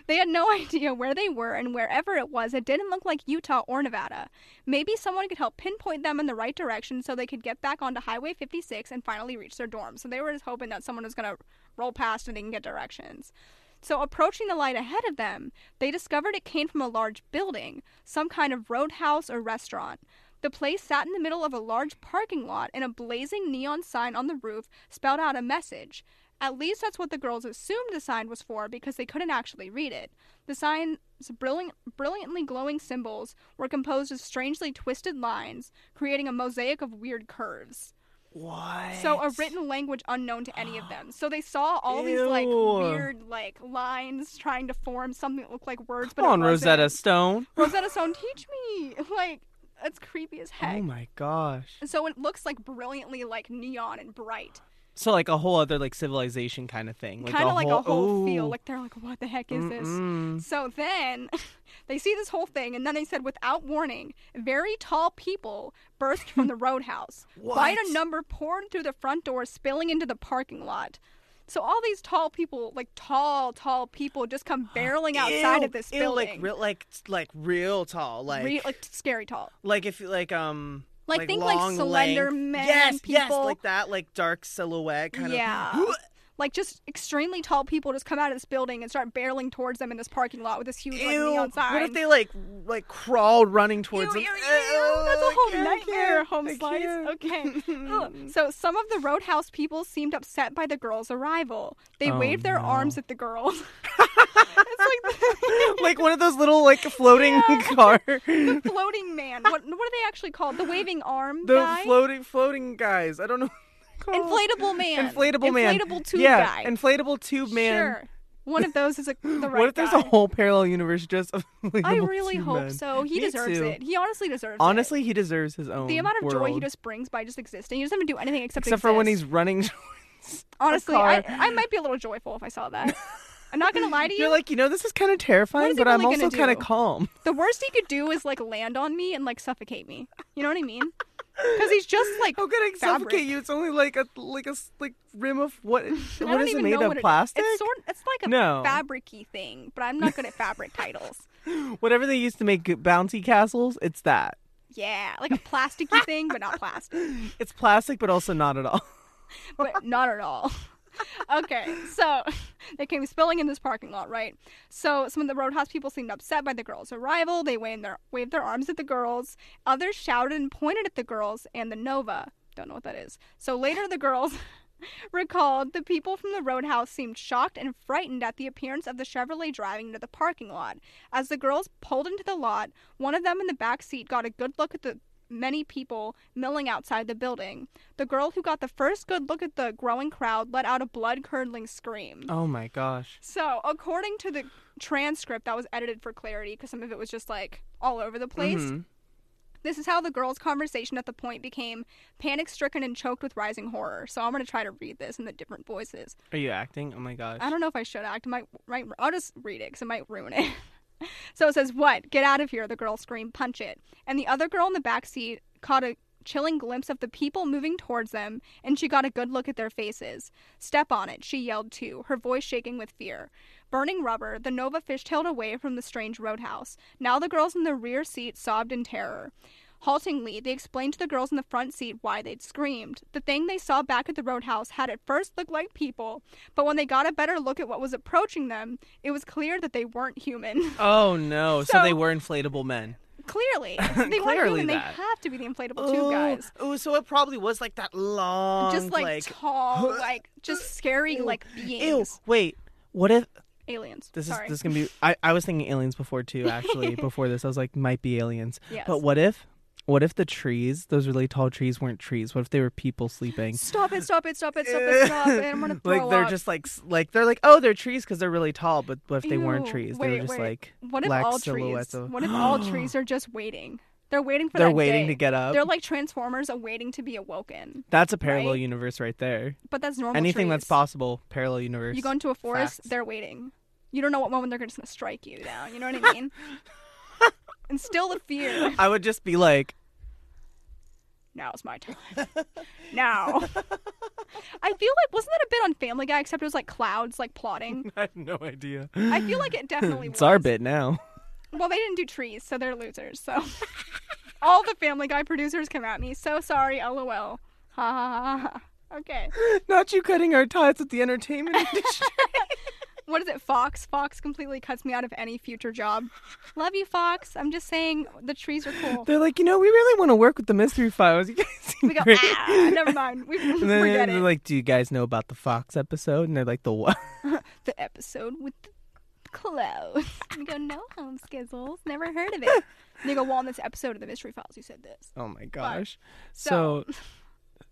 Speaker 2: they had no [LAUGHS] idea where they were, and wherever it was, it didn't look like Utah or Nevada. Maybe someone could help pinpoint them in the right direction so they could get back onto Highway 56 and finally reach their dorm. So they were just hoping that someone was going to roll past and they can get directions. So, approaching the light ahead of them, they discovered it came from a large building, some kind of roadhouse or restaurant. The place sat in the middle of a large parking lot, and a blazing neon sign on the roof spelled out a message. At least that's what the girls assumed the sign was for because they couldn't actually read it. The sign's brilliant, brilliantly glowing symbols were composed of strangely twisted lines, creating a mosaic of weird curves.
Speaker 1: What?
Speaker 2: So a written language unknown to any of them. So they saw all these like
Speaker 1: Ew.
Speaker 2: weird like lines trying to form something that looked like words.
Speaker 1: Come
Speaker 2: but it
Speaker 1: on, Rosetta
Speaker 2: wasn't.
Speaker 1: Stone. Oh
Speaker 2: Rosetta Stone, teach me. [LAUGHS] Like that's creepy as
Speaker 1: Oh
Speaker 2: heck.
Speaker 1: my gosh.
Speaker 2: so it looks like brilliantly like neon and bright,
Speaker 1: So like a whole other like civilization kind of thing. Like
Speaker 2: kind of
Speaker 1: a
Speaker 2: like
Speaker 1: whole,
Speaker 2: a whole feel.
Speaker 1: Ooh.
Speaker 2: Like they're like, what the heck is this?
Speaker 1: Mm-mm.
Speaker 2: So then [LAUGHS] they see this whole thing, and then they said, without warning, very tall people burst
Speaker 1: [LAUGHS]
Speaker 2: from the roadhouse. Quite a
Speaker 1: What?
Speaker 2: number poured through the front door, spilling into the parking lot. So all these tall people, like tall, tall people,
Speaker 1: [GASPS]
Speaker 2: just come barreling outside
Speaker 1: Ew,
Speaker 2: of this
Speaker 1: ew,
Speaker 2: building.
Speaker 1: like real, like like real tall, like
Speaker 2: Re- like scary tall.
Speaker 1: like if you like um
Speaker 2: Like, think like
Speaker 1: long
Speaker 2: slender
Speaker 1: length.
Speaker 2: men,
Speaker 1: yes yes
Speaker 2: people.
Speaker 1: like that like dark silhouette kind
Speaker 2: yeah.
Speaker 1: of
Speaker 2: Like just extremely tall people just come out of this building and start barreling towards them in this parking lot with this huge like,
Speaker 1: Ew,
Speaker 2: neon sign.
Speaker 1: what if they like like crawled running towards them?
Speaker 2: Ew, ew, ew, ew, That's a
Speaker 1: Uh, I
Speaker 2: whole
Speaker 1: can't, I
Speaker 2: nightmare,
Speaker 1: can't,
Speaker 2: home
Speaker 1: I
Speaker 2: slice.
Speaker 1: can't. [LAUGHS]
Speaker 2: Okay. Ugh. so some of the roadhouse people seemed upset by the girls' arrival. They
Speaker 1: Oh,
Speaker 2: waved their
Speaker 1: no.
Speaker 2: arms at
Speaker 1: [LAUGHS]
Speaker 2: the girls. it's like
Speaker 1: like one of those little like floating [LAUGHS]
Speaker 2: [LAUGHS]
Speaker 1: car, the
Speaker 2: the [LAUGHS] floating man. What, what are they actually called? The waving arm guy?
Speaker 1: floating floating guys. I don't know. what they're called.
Speaker 2: Inflatable man.
Speaker 1: Inflatable man.
Speaker 2: Inflatable tube
Speaker 1: yeah,
Speaker 2: guy.
Speaker 1: Inflatable tube man.
Speaker 2: Sure. One of those is a, the
Speaker 1: [LAUGHS]
Speaker 2: right
Speaker 1: what if there's
Speaker 2: guy.
Speaker 1: a whole parallel universe just of [LAUGHS]
Speaker 2: I
Speaker 1: inflatable
Speaker 2: really
Speaker 1: tube
Speaker 2: hope
Speaker 1: men?
Speaker 2: so. He
Speaker 1: Me
Speaker 2: deserves
Speaker 1: too.
Speaker 2: it. He honestly deserves it.
Speaker 1: Honestly, he deserves his own.
Speaker 2: The amount of joy he
Speaker 1: world.
Speaker 2: just brings by just existing. He doesn't even do anything except
Speaker 1: except for when
Speaker 2: exist.
Speaker 1: he's running. [LAUGHS]
Speaker 2: Honestly,
Speaker 1: car.
Speaker 2: I, I might be a little joyful if I saw
Speaker 1: [LAUGHS]
Speaker 2: that. I'm not gonna lie to you.
Speaker 1: You're like, you know, this is kind of terrifying,
Speaker 2: is he
Speaker 1: but I'm
Speaker 2: really gonna
Speaker 1: also kind of
Speaker 2: do?
Speaker 1: calm.
Speaker 2: the worst he could do is like land on me and like suffocate me. You know what
Speaker 1: [LAUGHS]
Speaker 2: I mean? Because he's just like
Speaker 1: How can I
Speaker 2: fabric.
Speaker 1: suffocate you? It's only like a like a s- like rim of what?
Speaker 2: [LAUGHS] I
Speaker 1: what
Speaker 2: don't
Speaker 1: is it
Speaker 2: even
Speaker 1: made
Speaker 2: know
Speaker 1: of?
Speaker 2: what it-
Speaker 1: Plastic?
Speaker 2: it's sort. It's like a
Speaker 1: No.
Speaker 2: fabricy thing, but I'm not good at
Speaker 1: [LAUGHS]
Speaker 2: fabric titles.
Speaker 1: Whatever they used to make bouncy castles, it's that.
Speaker 2: Yeah, like a plasticky thing, but not plastic,
Speaker 1: It's plastic, but also not at all. [LAUGHS]
Speaker 2: but not at all. [LAUGHS] Okay, so they came spilling in this parking lot, right? So some of the roadhouse people seemed upset by the girls' arrival. They waved their waved their arms at the girls. Others shouted and pointed at the girls and the Nova. Don't know what that is. So later the girls [LAUGHS] recalled the people from the roadhouse seemed shocked and frightened at the appearance of the Chevrolet driving into the parking lot. As the girls pulled into the lot, one of them in the back seat got a good look at the many people milling outside the building. The girl who got the first good look at the growing crowd let out a blood curdling scream.
Speaker 1: Oh my gosh.
Speaker 2: So, according to the transcript that was edited for clarity, because some of it was just like all over the place,
Speaker 1: Mhm.
Speaker 2: this is how the girls' conversation at the point became panic stricken and choked with rising horror. So, I'm going to try to read this in the different voices.
Speaker 1: Are you acting? Oh my gosh.
Speaker 2: I don't know if I should act. It might, might, I'll just read it because it might ruin it. [LAUGHS] so it says, What? Get out of here. The girl screamed, Punch it. And the other girl in the back seat caught a chilling glimpse of the people moving towards them, and she got a good look at their faces. Step on it, she yelled too, her voice shaking with fear. Burning rubber, the Nova fishtailed away from the strange roadhouse. Now the girls in the rear seat sobbed in terror. Haltingly, they explained to the girls in the front seat why they'd screamed. The thing they saw back at the roadhouse had at first looked like people, but when they got a better look at what was approaching them, it was clear that they weren't human. [LAUGHS]
Speaker 1: Oh no. So,
Speaker 2: So-
Speaker 1: they were inflatable men. [LAUGHS]
Speaker 2: Clearly, they weren't
Speaker 1: Clearly
Speaker 2: human. They
Speaker 1: that.
Speaker 2: have to be the inflatable tube
Speaker 1: Ooh,
Speaker 2: guys.
Speaker 1: Ooh, so it probably was like that long,
Speaker 2: Just like,
Speaker 1: like [LAUGHS]
Speaker 2: tall, like just scary, like
Speaker 1: ew.
Speaker 2: beings,
Speaker 1: Wait, what if
Speaker 2: aliens.
Speaker 1: This
Speaker 2: Sorry.
Speaker 1: is this is gonna be. I, I was thinking aliens before too.
Speaker 2: [LAUGHS]
Speaker 1: Actually, before this, I was like, might be aliens.
Speaker 2: Yes.
Speaker 1: But what if, what if the trees, those really tall trees, weren't trees? What if they were people sleeping?
Speaker 2: Stop it! Stop it! Stop it! Stop it! Stop
Speaker 1: [LAUGHS]
Speaker 2: it! I'm gonna throw
Speaker 1: like they're
Speaker 2: up.
Speaker 1: just like s- like they're like oh they're trees because they're really tall. But what if they weren't
Speaker 2: Ew,
Speaker 1: trees? they
Speaker 2: wait,
Speaker 1: were just
Speaker 2: wait.
Speaker 1: like
Speaker 2: what if
Speaker 1: black
Speaker 2: all trees?
Speaker 1: [GASPS] silhouettes. Of...
Speaker 2: What if all trees are just waiting They're waiting for
Speaker 1: They're
Speaker 2: that
Speaker 1: waiting
Speaker 2: day.
Speaker 1: to get up.
Speaker 2: They're like Transformers awaiting to be awoken.
Speaker 1: that's a parallel
Speaker 2: right?
Speaker 1: universe right there.
Speaker 2: But that's normal.
Speaker 1: Anything that's
Speaker 2: trees.
Speaker 1: possible, parallel universe. [LAUGHS]
Speaker 2: You go into a forest,
Speaker 1: Facts.
Speaker 2: they're waiting. You don't know what moment they're just gonna strike you down. You know what
Speaker 1: [LAUGHS]
Speaker 2: I mean? and still the fear.
Speaker 1: I would just be like, [LAUGHS]
Speaker 2: Now's my time. now. I feel like wasn't that a bit on Family Guy? Except it was like clouds like plotting.
Speaker 1: I have no idea.
Speaker 2: I
Speaker 1: [LAUGHS]
Speaker 2: feel like it definitely.
Speaker 1: it's
Speaker 2: was.
Speaker 1: our bit now. [LAUGHS]
Speaker 2: Well, they didn't do trees, so they're losers. So [LAUGHS] all the Family Guy producers come at me. So sorry, lol. Ha ha ha. ha. Okay.
Speaker 1: Not you cutting our ties with the
Speaker 2: [LAUGHS]
Speaker 1: entertainment industry.
Speaker 2: What is it? Fox. Fox completely cuts me out of any future job. Love you, Fox. I'm just saying the trees are cool.
Speaker 1: [LAUGHS] They're like, you know, we really want to work with the mystery files. You guys seem
Speaker 2: We go.
Speaker 1: great." [LAUGHS]
Speaker 2: Ah, never mind. We
Speaker 1: And then
Speaker 2: forget
Speaker 1: they're
Speaker 2: it.
Speaker 1: like, do you guys know about the Fox episode? And they're like, the what? [LAUGHS]
Speaker 2: the episode with the clothes. we go. No, home skizzles. Never heard of it. And they go. Well, in this episode of the Mystery Files, you said this.
Speaker 1: Oh my gosh.
Speaker 2: So-
Speaker 1: So,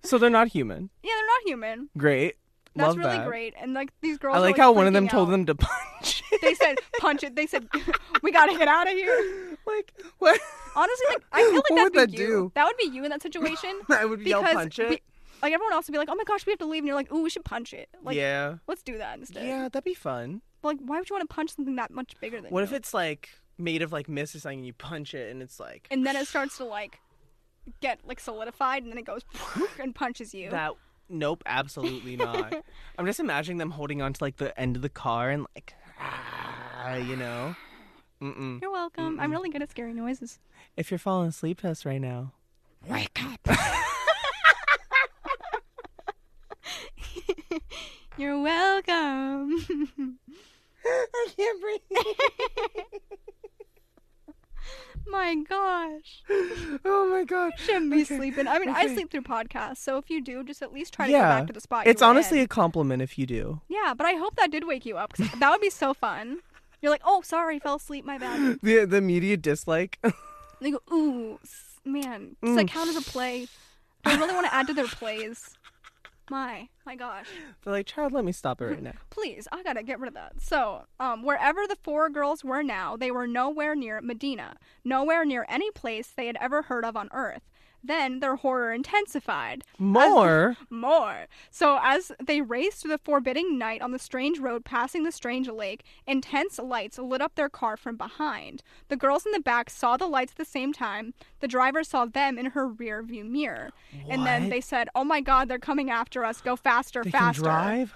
Speaker 1: so they're not human.
Speaker 2: Yeah, they're not human.
Speaker 1: Great.
Speaker 2: That's
Speaker 1: Love
Speaker 2: really
Speaker 1: that.
Speaker 2: great. And like these girls.
Speaker 1: I
Speaker 2: were,
Speaker 1: like how one of them
Speaker 2: freaking
Speaker 1: told
Speaker 2: out.
Speaker 1: them to [LAUGHS] punch.
Speaker 2: They said, "Punch it." They said, [LAUGHS] "We gotta get out of here."
Speaker 1: like what? [LAUGHS]
Speaker 2: Honestly, like I feel like
Speaker 1: What
Speaker 2: that'd
Speaker 1: would that
Speaker 2: be you.
Speaker 1: do?
Speaker 2: That would be you in that situation
Speaker 1: I would yell
Speaker 2: because
Speaker 1: punch it.
Speaker 2: be- like everyone else would be like, "Oh my gosh, we have to leave," and you're like, "Ooh, we should punch it." Like,
Speaker 1: yeah.
Speaker 2: let's do that instead.
Speaker 1: Yeah, that'd be fun.
Speaker 2: But, like, why would you want to punch something that much bigger than?
Speaker 1: What
Speaker 2: you?
Speaker 1: if it's like made of like mist or something and you punch it and it's like
Speaker 2: And then it starts to like get like solidified, and then it goes [LAUGHS] and punches you.
Speaker 1: that nope, absolutely
Speaker 2: [LAUGHS]
Speaker 1: not. I'm just imagining them holding on to like the end of the car and like ah, you know. Mm-mm.
Speaker 2: You're welcome. I'm really good at scary noises.
Speaker 1: If you're falling asleep to us right
Speaker 2: [LAUGHS]
Speaker 1: now.
Speaker 2: Wake up. You're welcome. [LAUGHS]
Speaker 1: I can't breathe.
Speaker 2: My gosh.
Speaker 1: oh my god.
Speaker 2: Shouldn't be sleeping. I mean, I
Speaker 1: okay.
Speaker 2: sleep through podcasts, so if you do, just at least try to go
Speaker 1: Yeah.
Speaker 2: back to the spot. you
Speaker 1: It's
Speaker 2: were
Speaker 1: honestly
Speaker 2: in.
Speaker 1: a compliment if you do.
Speaker 2: yeah, but I hope that did wake you up. 'cause that would be so fun. You're like, oh, sorry, fell asleep. My bad. And
Speaker 1: The the media dislike. [LAUGHS]
Speaker 2: they go, ooh, s- man, does that count as a play? Do I really want to add to their plays? My, my gosh.
Speaker 1: They're like, child, let me stop it right
Speaker 2: [LAUGHS]
Speaker 1: now.
Speaker 2: please, I gotta get rid of that. So, um, wherever the four girls were now, they were nowhere near Medina, nowhere near any place they had ever heard of on Earth. Then their horror intensified
Speaker 1: More.
Speaker 2: more. So, as they raced through the forbidding night on the strange road passing the strange lake, intense lights lit up their car from behind. The girls in the back saw the lights at the same time. The driver saw them in her rear view mirror. And then
Speaker 1: What?
Speaker 2: they said, Oh my god, they're coming after us. Go faster,
Speaker 1: They
Speaker 2: faster.
Speaker 1: can drive.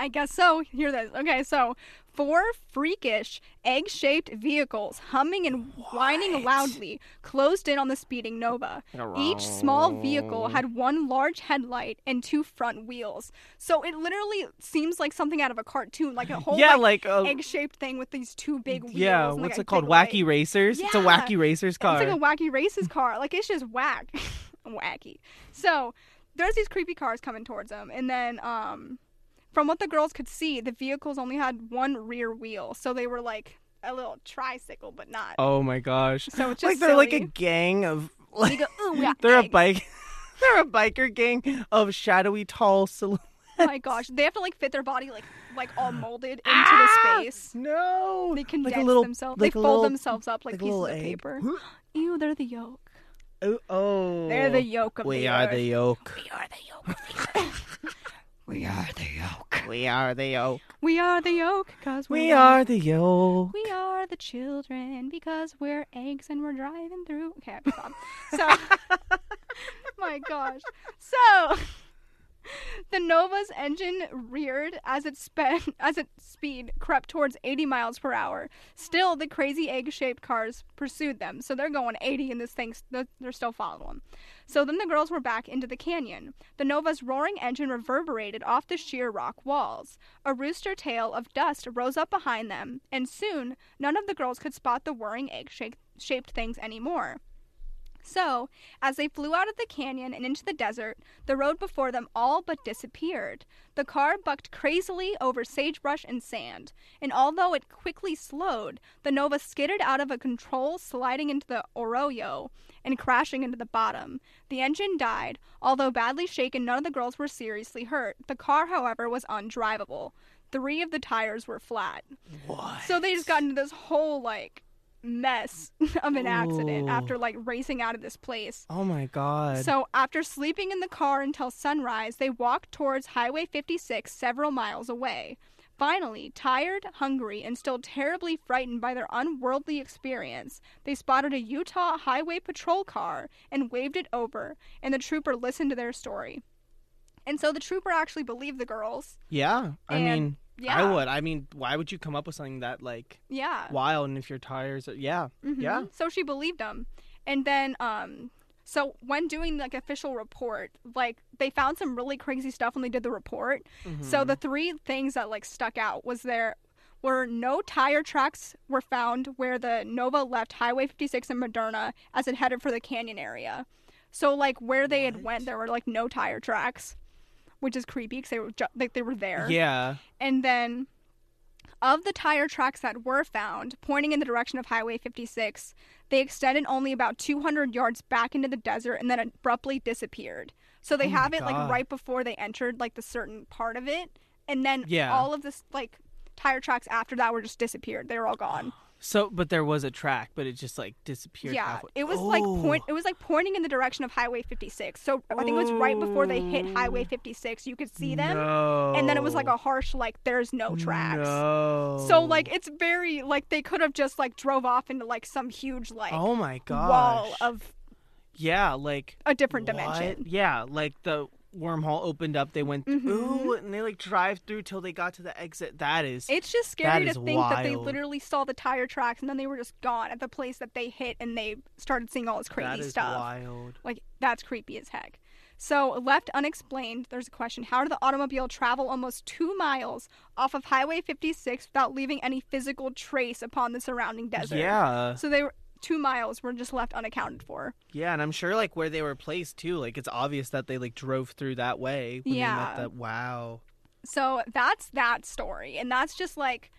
Speaker 2: I guess so. Hear this. Okay, so four freakish egg shaped vehicles humming and whining loudly closed in on the speeding Nova. Each small vehicle had one large headlight and two front wheels. So it literally seems like something out of a cartoon, like a whole
Speaker 1: yeah,
Speaker 2: like,
Speaker 1: like uh,
Speaker 2: egg shaped thing with these two big wheels.
Speaker 1: yeah.
Speaker 2: and,
Speaker 1: What's
Speaker 2: like, a
Speaker 1: it called?
Speaker 2: big
Speaker 1: Wacky
Speaker 2: light.
Speaker 1: racers. It's a
Speaker 2: Yeah.
Speaker 1: wacky racers car.
Speaker 2: It's like a wacky races car. Like it's just whack, [LAUGHS] wacky. So there's these creepy cars coming towards them, and then um, from what the girls could see, the vehicles only had one rear wheel, so they were like a little tricycle, but not.
Speaker 1: oh my gosh.
Speaker 2: So it's just
Speaker 1: like they're like a
Speaker 2: silly.
Speaker 1: gang of [LAUGHS]
Speaker 2: You
Speaker 1: like
Speaker 2: go, ooh, we got
Speaker 1: they're a
Speaker 2: eggs."
Speaker 1: bike. [LAUGHS] they're a biker gang of shadowy tall silhouettes. [LAUGHS]
Speaker 2: Oh my gosh, they have to like fit their body like like
Speaker 1: [GASPS]
Speaker 2: all molded into
Speaker 1: Ah!
Speaker 2: the space.
Speaker 1: No.
Speaker 2: They condense
Speaker 1: like a little,
Speaker 2: themselves.
Speaker 1: Like
Speaker 2: they
Speaker 1: a
Speaker 2: fold
Speaker 1: little,
Speaker 2: themselves up like,
Speaker 1: like a
Speaker 2: pieces
Speaker 1: little
Speaker 2: of
Speaker 1: egg. [GASPS]
Speaker 2: paper. Ew, they're the yolk.
Speaker 1: Oh, oh.
Speaker 2: They're the yolk of
Speaker 1: We
Speaker 2: the
Speaker 1: are
Speaker 2: earth.
Speaker 1: the yolk.
Speaker 2: We are the yolk.
Speaker 1: [LAUGHS]
Speaker 2: of the earth. we are the yolk.
Speaker 1: We are the yolk.
Speaker 2: We are the yolk because
Speaker 1: We are the yolk.
Speaker 2: We are the children because we're eggs and we're driving through. Okay, I have to stop. So, my gosh. So, [LAUGHS] the Nova's engine reared as it sped [LAUGHS] as its speed crept towards 80 miles per hour. Still, the crazy egg-shaped cars pursued them, so they're going 80, and this thing's they're they're still following. So then the girls were back into the canyon. The Nova's roaring engine reverberated off the sheer rock walls. A rooster tail of dust rose up behind them, and soon none of the girls could spot the whirring egg shak- shaped things anymore. So, as they flew out of the canyon and into the desert, the road before them all but disappeared. The car bucked crazily over sagebrush and sand, and although it quickly slowed, the Nova skidded out of a control, sliding into the Arroyo and crashing into the bottom. The engine died. Although badly shaken, none of the girls were seriously hurt. The car, however, was undrivable. Three of the tires were flat.
Speaker 1: What?
Speaker 2: So they just got into this whole like mess [LAUGHS] of an accident
Speaker 1: Ooh.
Speaker 2: after like racing out of this place.
Speaker 1: Oh my god.
Speaker 2: So, after sleeping in the car until sunrise, they walked towards Highway 56 several miles away. Finally, tired, hungry, and still terribly frightened by their unworldly experience, they spotted a Utah Highway Patrol car and waved it over, and the trooper listened to their story. And so the trooper actually believed the girls.
Speaker 1: yeah, I
Speaker 2: and-
Speaker 1: mean,
Speaker 2: Yeah.
Speaker 1: I would. I mean, why would you come up with something that like
Speaker 2: Yeah.
Speaker 1: wild? And if your tires, are, yeah,
Speaker 2: Mhm.
Speaker 1: yeah.
Speaker 2: So she believed him. And then um so when doing like official report, like they found some really crazy stuff when they did the report. So
Speaker 1: Hmm.
Speaker 2: the three things that like stuck out was there were no tire tracks were found where the Nova left Highway 56 in Moderna as it headed for the canyon area. So like where they had went, there were like no tire tracks, which is creepy because they were ju- like they were there.
Speaker 1: Mm-hmm. yeah,
Speaker 2: And then, of the tire tracks that were found, pointing in the direction of Highway 56, they extended only about 200 yards back into the desert and then abruptly disappeared. So they
Speaker 1: Oh my
Speaker 2: have it like
Speaker 1: God.
Speaker 2: right before they entered like the certain part of it, and then
Speaker 1: Yeah.
Speaker 2: all of this like tire tracks after that were just disappeared. They were
Speaker 1: [GASPS]
Speaker 2: all gone.
Speaker 1: So, but there was a track, but it just like disappeared.
Speaker 2: yeah,
Speaker 1: halfway.
Speaker 2: it was like point.
Speaker 1: Oh,
Speaker 2: It was like pointing in the direction of Highway 56. So I think it was right before they hit
Speaker 1: Oh.
Speaker 2: Highway 56. You could see them,
Speaker 1: no.
Speaker 2: and then it was like a harsh like there's no tracks.
Speaker 1: No.
Speaker 2: So like it's very like they could have just like drove off into like some huge like
Speaker 1: oh my gosh.
Speaker 2: wall of
Speaker 1: yeah, like
Speaker 2: a different
Speaker 1: what?
Speaker 2: dimension.
Speaker 1: Yeah, like the wormhole opened up. They went
Speaker 2: Mhm.
Speaker 1: ooh, and they like drive through till they got to the exit. That is
Speaker 2: It's just
Speaker 1: That
Speaker 2: scary to
Speaker 1: is
Speaker 2: think that they
Speaker 1: wild.
Speaker 2: literally saw the tire tracks and then they were just gone at the place that they hit and they started seeing all this crazy
Speaker 1: that is
Speaker 2: stuff.
Speaker 1: wild.
Speaker 2: Like that's creepy as heck. So left unexplained, there's a question: How did the automobile travel almost two miles off of Highway 56 without leaving any physical trace upon the surrounding desert?
Speaker 1: Yeah,
Speaker 2: So they were two miles were just left unaccounted for.
Speaker 1: yeah, and I'm sure like where they were placed too. Like it's obvious that they like drove through that way. When They
Speaker 2: Yeah.
Speaker 1: met the, wow.
Speaker 2: So that's that story. And that's just like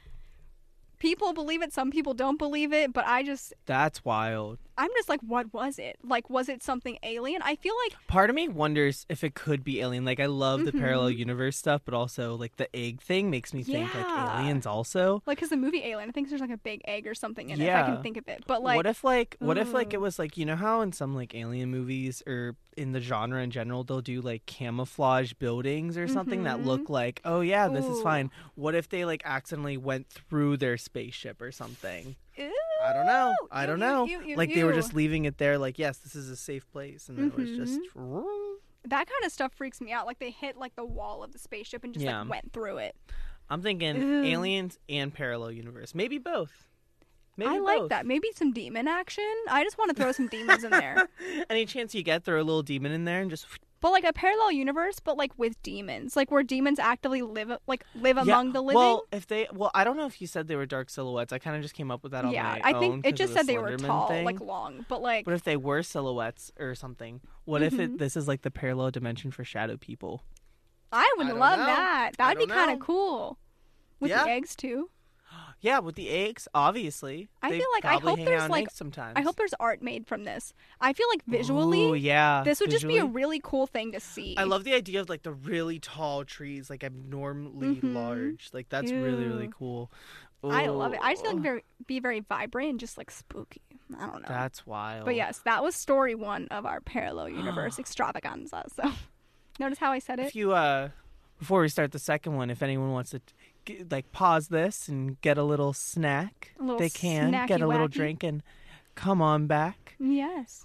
Speaker 2: people believe it, some people don't believe it, but I just
Speaker 1: That's wild.
Speaker 2: I'm just like what was it? Like was it something alien? I feel like
Speaker 1: Part of me wonders if it could be alien. Like I love the
Speaker 2: Mhm.
Speaker 1: parallel universe stuff, but also like the egg thing makes me think
Speaker 2: Yeah.
Speaker 1: like aliens also.
Speaker 2: like cuz the movie Alien, I think there's like a big egg or something in it if I
Speaker 1: Yeah.
Speaker 2: can think of it. But like mm.
Speaker 1: what if like what if like it
Speaker 2: Ooh.
Speaker 1: was like you know how in some like alien movies or in the genre in general they'll do like camouflage buildings or something that
Speaker 2: Mhm.
Speaker 1: look like oh yeah this is
Speaker 2: Ooh.
Speaker 1: fine. What if they like accidentally went through their spaceship or something?
Speaker 2: Ew,
Speaker 1: I don't know. I
Speaker 2: ew,
Speaker 1: don't
Speaker 2: ew,
Speaker 1: know.
Speaker 2: ew, ew,
Speaker 1: like they were
Speaker 2: ew.
Speaker 1: just leaving it there like yes, this is a safe place and then it was just
Speaker 2: Mm-hmm. that kind of stuff freaks me out. Like they hit like the wall of the spaceship and just
Speaker 1: Yeah.
Speaker 2: like went through it.
Speaker 1: I'm thinking
Speaker 2: Ew.
Speaker 1: aliens and parallel universe. Maybe both. Maybe
Speaker 2: I like
Speaker 1: both.
Speaker 2: that. Maybe some demon action. I just want to throw some demons in there.
Speaker 1: [LAUGHS] [LAUGHS] Any chance you get, throw a little demon in there and just
Speaker 2: But like a parallel universe, but like with demons, like where demons actively live, like live
Speaker 1: Yeah,
Speaker 2: among the living.
Speaker 1: Well, if they, well, I don't know if you said they were dark silhouettes. I kind of just came up with that on
Speaker 2: yeah,
Speaker 1: my
Speaker 2: I
Speaker 1: own.
Speaker 2: think
Speaker 1: 'cause
Speaker 2: it
Speaker 1: of
Speaker 2: just
Speaker 1: the
Speaker 2: said they were
Speaker 1: Slenderman
Speaker 2: tall,
Speaker 1: thing.
Speaker 2: like long, but like
Speaker 1: But if they were silhouettes or something, what if
Speaker 2: Mm-hmm.
Speaker 1: it, this is like the parallel dimension for shadow people?
Speaker 2: I would
Speaker 1: I don't
Speaker 2: love
Speaker 1: know.
Speaker 2: that.
Speaker 1: I
Speaker 2: That'd be
Speaker 1: don't
Speaker 2: kind of
Speaker 1: know.
Speaker 2: cool. With
Speaker 1: Yeah.
Speaker 2: the eggs too.
Speaker 1: Yeah, with the eggs, obviously.
Speaker 2: I
Speaker 1: They
Speaker 2: feel like I
Speaker 1: probably
Speaker 2: hope
Speaker 1: hang
Speaker 2: there's,
Speaker 1: out in
Speaker 2: like-
Speaker 1: eggs sometimes.
Speaker 2: I hope there's art made from this. I feel like visually,
Speaker 1: Ooh, yeah.
Speaker 2: this would just be a
Speaker 1: visually.
Speaker 2: really cool thing to see.
Speaker 1: I love the idea of like the really tall trees, like abnormally
Speaker 2: Mhm.
Speaker 1: large. Like that's really really
Speaker 2: Ew.
Speaker 1: cool.
Speaker 2: I love it. I just feel
Speaker 1: Ooh,
Speaker 2: like very be very vibrant and just like spooky. I don't know.
Speaker 1: that's wild.
Speaker 2: But yes, that was story one of
Speaker 1: [GASPS]
Speaker 2: our parallel universe extravaganza. So [LAUGHS] notice how I said it.
Speaker 1: if you uh before we start the second one if anyone wants to g- like pause this and get a little snack
Speaker 2: A little
Speaker 1: they can get a little
Speaker 2: snacky-wacky.
Speaker 1: drink and come on back
Speaker 2: Yes.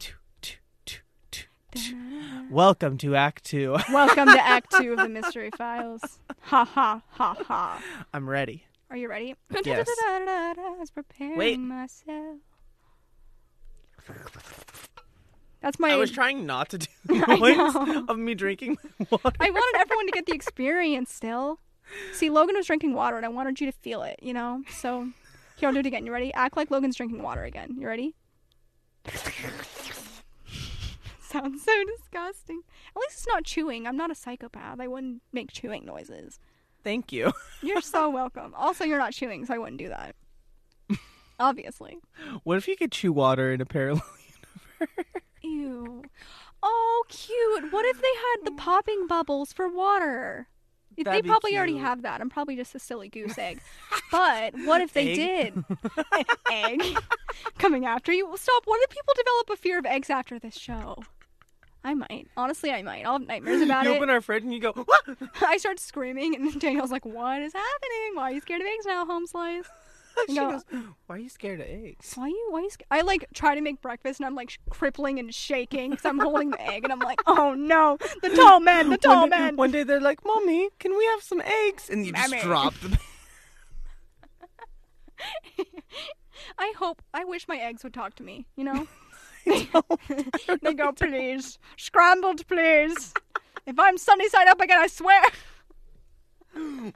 Speaker 1: welcome to act two [LAUGHS]
Speaker 2: Welcome to Act Two of the Mystery Files. Ha ha ha ha.
Speaker 1: i'm ready
Speaker 2: Are you ready?
Speaker 1: Yes.
Speaker 2: I was preparing
Speaker 1: Wait.
Speaker 2: myself. That's my.
Speaker 1: i was trying not to do [LAUGHS]
Speaker 2: [LAUGHS] I
Speaker 1: voice
Speaker 2: know.
Speaker 1: of me drinking my [LAUGHS] water
Speaker 2: I wanted everyone to get the experience still. See, Logan was drinking water, and I wanted you to feel it. You know, so here I'll do it again. You ready? Act like Logan's drinking water again. You ready? [LAUGHS] Sounds so disgusting. At least it's not chewing. I'm not a psychopath. I wouldn't make chewing noises.
Speaker 1: thank you
Speaker 2: You're so welcome. Also, you're not chewing, so I wouldn't do [LAUGHS] that. Obviously.
Speaker 1: what if you could chew water in a parallel
Speaker 2: Ew. Oh, cute. What if they had the popping bubbles for water? they
Speaker 1: That'd be
Speaker 2: probably already
Speaker 1: cute.
Speaker 2: have that. I'm probably just a silly goose egg. but what if
Speaker 1: [LAUGHS]
Speaker 2: they
Speaker 1: Egg?
Speaker 2: did? An egg [LAUGHS] coming after you. Well, stop. What if people develop a fear of eggs after this show? I might. Honestly, I might. I'll
Speaker 1: [LAUGHS]
Speaker 2: have nightmares about
Speaker 1: you
Speaker 2: it. [LAUGHS]
Speaker 1: open our fridge and you go, "What?" [LAUGHS]
Speaker 2: I start screaming, and [LAUGHS] Danielle's like, "What is happening? Why are you scared of eggs now, home slice?
Speaker 1: she
Speaker 2: No.
Speaker 1: goes, "Why are you scared of eggs?"
Speaker 2: Why you? Why you?" Sc-? I like try to make breakfast, and I'm like sh- crippling and shaking because I'm holding the egg, and I'm like, "Oh no, the
Speaker 1: [LAUGHS]
Speaker 2: tall man, the tall
Speaker 1: one, day,
Speaker 2: man."
Speaker 1: one day they're like, "Mommy, can we have some eggs?" And you just
Speaker 2: Mommy.
Speaker 1: drop them.
Speaker 2: I hope. I wish my eggs would talk to me.
Speaker 1: [LAUGHS]
Speaker 2: You know. [LAUGHS] they go, please, scrambled, please. If I'm sunny side up again, I swear.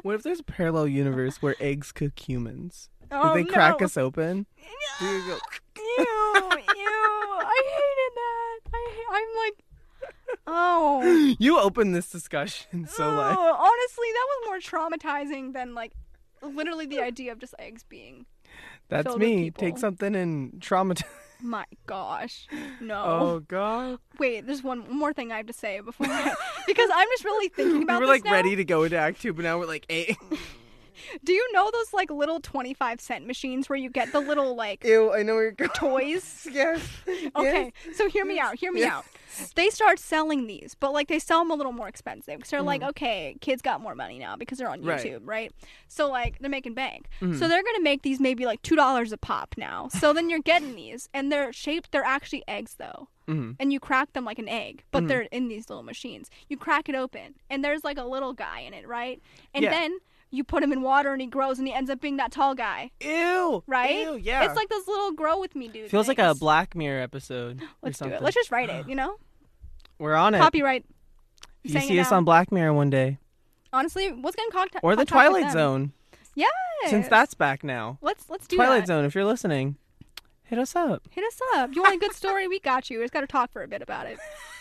Speaker 1: What if there's a parallel universe where eggs cook humans?
Speaker 2: Oh
Speaker 1: they
Speaker 2: no.
Speaker 1: crack us open. Do
Speaker 2: ew,
Speaker 1: you go,
Speaker 2: ew.
Speaker 1: [LAUGHS]
Speaker 2: I hated that. I, ha- I'm like, oh.
Speaker 1: [GASPS] you open this discussion, [LAUGHS]
Speaker 2: [GASPS]
Speaker 1: so like,
Speaker 2: Ugh, honestly, that was more traumatizing than like literally the idea of just eggs being.
Speaker 1: that's
Speaker 2: filled with
Speaker 1: me. Take
Speaker 2: people.
Speaker 1: something and traumatize.
Speaker 2: My gosh, no.
Speaker 1: [LAUGHS] Oh God,
Speaker 2: Wait, there's one more thing I have to say
Speaker 1: [LAUGHS]
Speaker 2: before, I- because I'm just really thinking
Speaker 1: we
Speaker 2: about.
Speaker 1: were
Speaker 2: this
Speaker 1: like
Speaker 2: now.
Speaker 1: ready to go into Act Two, but now we're like, [LAUGHS] "Egg."
Speaker 2: Do you know those like little 25 cent machines where you get the little like
Speaker 3: Ew, I know where you're going.
Speaker 2: toys? [LAUGHS]
Speaker 3: Yes.
Speaker 1: [LAUGHS]
Speaker 2: Okay, so hear me out. Hear me
Speaker 3: Yes.
Speaker 2: out. They start selling these, but like they sell them a little more expensive because they're like, okay, kids got more money now because they're on
Speaker 1: Mm-hmm. Right. Mm-hmm.
Speaker 2: YouTube, right? So like they're making bank. So they're gonna make these maybe like two dollars a pop now. So then you're getting these, and they're shaped. They're actually eggs though,
Speaker 1: Mhm.
Speaker 2: and you crack them like an egg, but
Speaker 1: Mm-hmm.
Speaker 2: they're in these little machines. You crack it open, and there's like a little guy in it, right? And
Speaker 1: Yeah.
Speaker 2: then you put him in water, and he grows, and he ends up being that tall guy,
Speaker 1: Ew.
Speaker 2: right?
Speaker 1: Ew. Yeah.
Speaker 2: It's like those little grow with me dude.
Speaker 1: feels like a
Speaker 2: things.
Speaker 1: Black Mirror
Speaker 2: [GASPS]
Speaker 1: episode. or
Speaker 2: Let's do
Speaker 1: something.
Speaker 2: it. Let's just write it. You know.
Speaker 1: We're on it.
Speaker 2: Copyright.
Speaker 1: If you
Speaker 2: Saying
Speaker 1: see
Speaker 2: it
Speaker 1: us
Speaker 2: out.
Speaker 1: on Black Mirror one day,
Speaker 2: Honestly, what's gonna contact
Speaker 1: or the
Speaker 2: contact with
Speaker 1: Twilight
Speaker 2: them?
Speaker 1: Zone, since
Speaker 2: Yes.
Speaker 1: that's back now.
Speaker 2: let's let's do
Speaker 1: Twilight
Speaker 2: that.
Speaker 1: Zone, if you're listening, hit us up.
Speaker 2: Hit us up. You want a good story? We got you. We just gotta talk for a bit about it.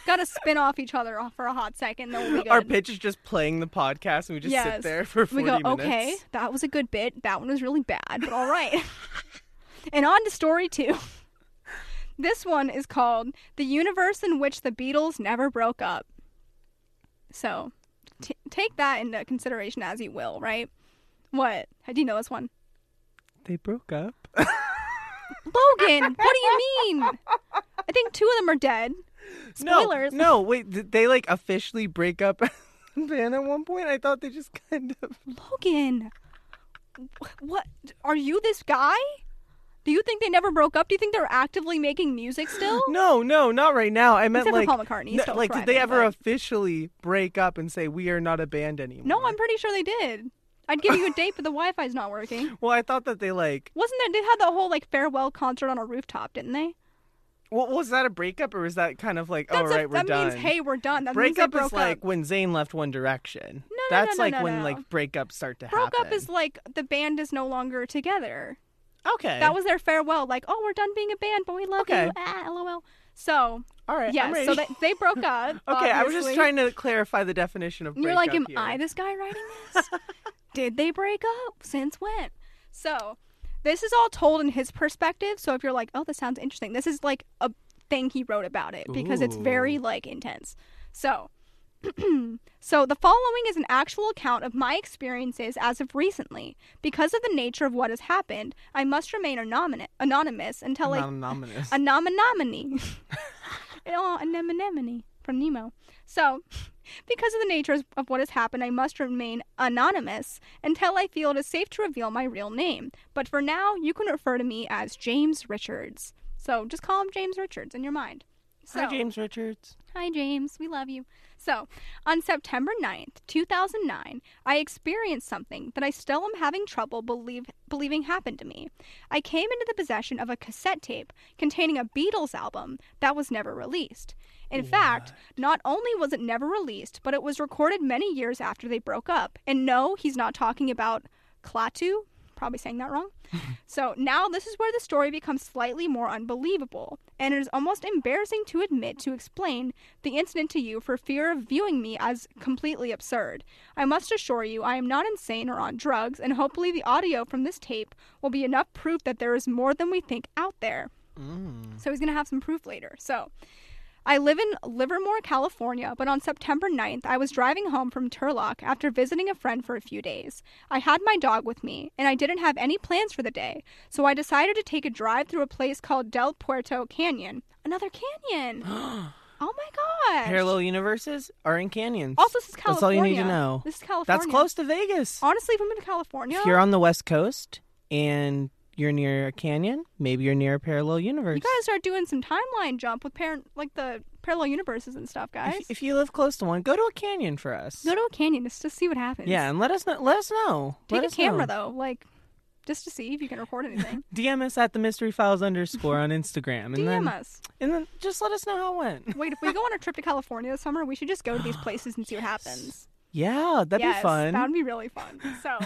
Speaker 2: gotta spin off each other off for a hot second. [LAUGHS] Then we'll be good.
Speaker 1: Our pitch is just playing the podcast, and we just
Speaker 2: Yes.
Speaker 1: sit there for forty
Speaker 2: we go.
Speaker 1: minutes.
Speaker 2: Okay, that was a good bit. That one was really bad, but all right. [LAUGHS] and on to story two. [LAUGHS] This one is called "The Universe in Which the Beatles Never Broke Up." So, t- take that into consideration as you will. Right? What? How do you know this one?
Speaker 1: They broke up.
Speaker 2: Logan, what do you mean? I think two of them are dead.
Speaker 1: [LAUGHS]
Speaker 2: Spoilers.
Speaker 1: No, no, wait. Did they like officially break up [LAUGHS] a band at one point? I thought they just kind of. [LAUGHS]
Speaker 2: Logan, wh- what? Are you this guy? Do you think they never broke up? Do you think they're actively making music still?
Speaker 1: No, no, not right now. I meant
Speaker 2: Except for
Speaker 1: like.
Speaker 2: Paul McCartney. he's
Speaker 1: no,
Speaker 2: still
Speaker 1: like, did they
Speaker 2: thriving,
Speaker 1: ever
Speaker 2: but-
Speaker 1: officially break up and say we are not a band anymore?
Speaker 2: No, I'm pretty sure they did. I'd give you a date, but the Wi-Fi's
Speaker 1: [LAUGHS]
Speaker 2: not working.
Speaker 1: Well, I thought that they like.
Speaker 2: Wasn't there? They had that whole like farewell concert on a rooftop, didn't they?
Speaker 1: Well, was that a breakup or was that kind of like, all
Speaker 2: That's
Speaker 1: Oh, right,
Speaker 2: a,
Speaker 1: we're
Speaker 2: that
Speaker 1: done?
Speaker 2: means hey, we're done. That means they
Speaker 1: breakup
Speaker 2: broke
Speaker 1: is like
Speaker 2: up.
Speaker 1: when Zayn left One Direction.
Speaker 2: no,
Speaker 1: That's
Speaker 2: no,
Speaker 1: like
Speaker 2: no,
Speaker 1: when
Speaker 2: no.
Speaker 1: like breakups start to
Speaker 2: broke
Speaker 1: happen.
Speaker 2: up is like the band is no longer together.
Speaker 1: okay.
Speaker 2: That was their farewell. Like, oh, we're done being a band, but we love
Speaker 1: Eh. Okay.
Speaker 2: you. Ah, lol. So,
Speaker 1: all right. I'm
Speaker 2: yeah,
Speaker 1: ready.
Speaker 2: so they, they broke up.
Speaker 1: [LAUGHS] okay, I was just
Speaker 2: obviously.
Speaker 1: trying to clarify the definition of.
Speaker 2: And You're like, am
Speaker 1: breakup
Speaker 2: I
Speaker 1: here.
Speaker 2: this
Speaker 1: [LAUGHS]
Speaker 2: guy writing this? Did they break up? Since when? So, this is all told in his perspective. So, if you're like, oh, this sounds interesting, this is like a thing he wrote about it because it's very
Speaker 1: Ooh.
Speaker 2: like intense. So, [CLEARS THROAT] so the following is an actual account of my experiences as of recently. Because of the nature of what has happened, I must remain anonymous, anonymous until a
Speaker 1: Not anonymous.
Speaker 2: a nominee. oh, [LAUGHS] an anemone from Nemo. So, [LAUGHS] because of the nature of what has happened, I must remain anonymous until I feel it is safe to reveal my real name. But for now, you can refer to me as James Richards. So just call him James Richards in your mind. So,
Speaker 1: Hi, James Richards.
Speaker 2: Hi, James. We love you. So, on September 9th, 2009, I experienced something that I still am having trouble believe, believing happened to me. I came into the possession of a cassette tape containing a Beatles album that was never released. In fact, not only was it never released, but it was recorded many years after they broke up. And no, he's not talking about Klaatu. Probably saying that wrong. So now this is where the story becomes slightly more unbelievable, and it is almost embarrassing to admit to explain the incident to you for fear of viewing me as completely absurd. I must assure you I am not insane or on drugs, and hopefully the audio from this tape will be enough
Speaker 1: Mm.
Speaker 2: [GASPS] proof that there is more than we think out there. So he's going to have some proof later. So I live in Livermore, California, but on September 9th, I was driving home from Turlock after visiting a friend for a few days. I had my dog with me, and I didn't have any plans for the day, so I decided to take a drive through a place called Del Puerto Canyon. Another canyon! Oh my gosh!
Speaker 1: Parallel universes are in canyons.
Speaker 2: Also, this is California.
Speaker 1: That's all you need to know.
Speaker 2: This is California.
Speaker 1: That's close to Vegas.
Speaker 2: Honestly, if I'm in California,
Speaker 1: If you're on the West Coast and you're near a canyon, maybe you're near a parallel universe.
Speaker 2: you gotta start doing some timeline jump with parent like the parallel universes and stuff, guys.
Speaker 1: if, if you live close to one, go to a canyon for us.
Speaker 2: Go to a canyon just to see what happens.
Speaker 1: yeah, and let us know. Let us know.
Speaker 2: Take
Speaker 1: Let
Speaker 2: a
Speaker 1: us
Speaker 2: camera
Speaker 1: know.
Speaker 2: though, like just to see if you can record anything.
Speaker 1: DM us at the mystery files underscore on Instagram, [LAUGHS] and
Speaker 2: DM
Speaker 1: then
Speaker 2: us.
Speaker 1: and then just let us know how it went. [LAUGHS]
Speaker 2: Wait, if we go on a trip to California this summer, we should
Speaker 1: [GASPS]
Speaker 2: just go to these places and see what happens.
Speaker 1: Yeah, that'd
Speaker 2: yes,
Speaker 1: be fun.
Speaker 2: That would be really fun.
Speaker 1: [LAUGHS]
Speaker 2: So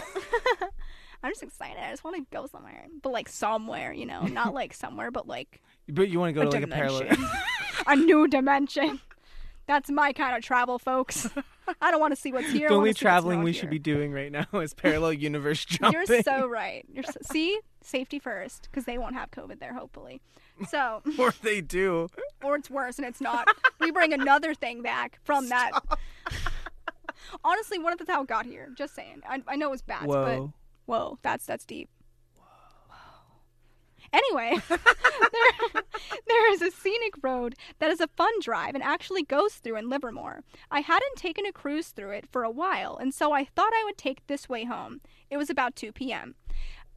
Speaker 2: [LAUGHS] I'm just excited. I just want to go somewhere, but like somewhere, you
Speaker 1: [LAUGHS]
Speaker 2: know, not like somewhere, but like
Speaker 1: But you want to go
Speaker 2: a
Speaker 1: to like a
Speaker 2: dimension.
Speaker 1: parallel.
Speaker 2: [LAUGHS] a new dimension. That's my kind of travel, folks. [LAUGHS] I don't want to see what's here.
Speaker 1: [LAUGHS]
Speaker 2: I
Speaker 1: the
Speaker 2: wanna see
Speaker 1: only
Speaker 2: what's
Speaker 1: traveling
Speaker 2: not
Speaker 1: we
Speaker 2: here.
Speaker 1: should be doing right now
Speaker 2: [LAUGHS]
Speaker 1: is parallel universe jumping. [LAUGHS]
Speaker 2: You're so right. You're so, see safety first because they won't have COVID there, hopefully. So,
Speaker 1: or they do.
Speaker 2: or it's worse and it's not. We bring another thing back from that. [LAUGHS] Honestly, what if that's how it got here? Just saying. I, I know it was bats, but
Speaker 1: Whoa.
Speaker 2: whoa, that's that's deep. Anyway, [LAUGHS] there, there is a scenic road that is a fun drive and actually goes through in Livermore. I hadn't taken a cruise through it for a while, and so I thought I would take this way home. It was about 2 p.m.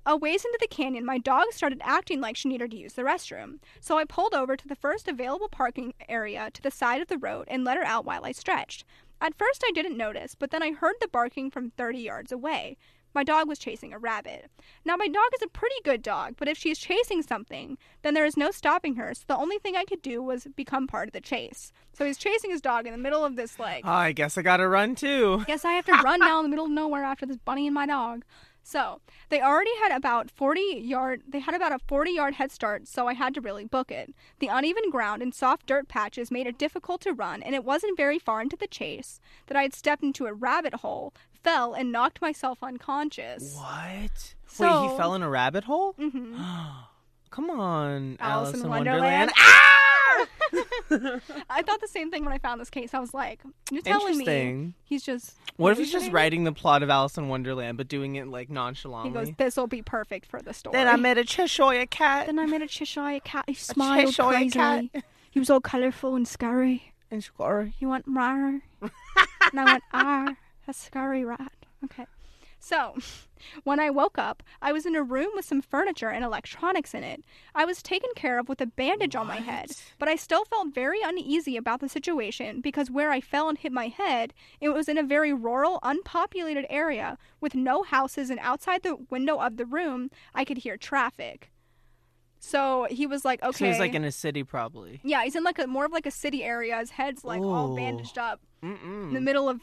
Speaker 2: A ways into the canyon, my dog started acting like she needed to use the restroom, so I pulled over to the first available parking area to the side of the road and let her out while I stretched. At first, I didn't notice, but then I heard the barking from 30 yards away. My dog was chasing a rabbit. Now, my dog is a pretty good dog, but if she's chasing something, then there is no stopping her, so the only thing I could do was become part of the chase. So he's chasing his dog in the middle of this, like,
Speaker 1: Ah, I guess I gotta run too.
Speaker 2: Guess I have to run down the middle of nowhere after this bunny and my dog. So they already had about 40 yard. They had about a 40 yard head start, so I had to really book it. The uneven ground and soft dirt patches made it difficult to run, and it wasn't very far into the chase that I had stepped into a rabbit hole, fell, and knocked myself unconscious.
Speaker 1: What? Wait,
Speaker 2: So-
Speaker 1: he fell in a rabbit hole?
Speaker 2: Mm-hmm.
Speaker 1: [GASPS] Come on,
Speaker 2: Alice
Speaker 1: Alice,
Speaker 2: in
Speaker 1: in
Speaker 2: Wonderland.
Speaker 1: Wonderland. Ah!
Speaker 2: I thought the same thing when I found this case. I was like, "You're telling me
Speaker 1: Interesting.
Speaker 2: he's just."
Speaker 1: What if he's just
Speaker 2: hallucinating?
Speaker 1: writing the plot of Alice in Wonderland but doing it like
Speaker 2: He
Speaker 1: nonchalantly?
Speaker 2: goes, "This will be perfect for the story."
Speaker 1: then I met a Cheshire cat
Speaker 2: Then I made a Cheshire cat. He smiled
Speaker 1: Cheshire
Speaker 2: crazily.
Speaker 1: cat.
Speaker 2: He was all colourful and scurry.
Speaker 1: and she goes,
Speaker 2: He went
Speaker 1: [LAUGHS]
Speaker 2: rar, and I went ah, a scurry rat. Okay. So, [LAUGHS] when I woke up, I was in a room with some furniture and electronics in it. I was taken care of with a bandage on my head, but I still felt very uneasy about the situation because where I fell and hit my head, it was in a very rural, unpopulated area with no houses, and outside the window of the room, I could hear traffic. So he was like, okay.
Speaker 1: So he's like in a city probably.
Speaker 2: yeah, he's in like a more of like a city area. His head's like all
Speaker 1: Ooh.
Speaker 2: bandaged up in the
Speaker 1: Mm-mm.
Speaker 2: middle of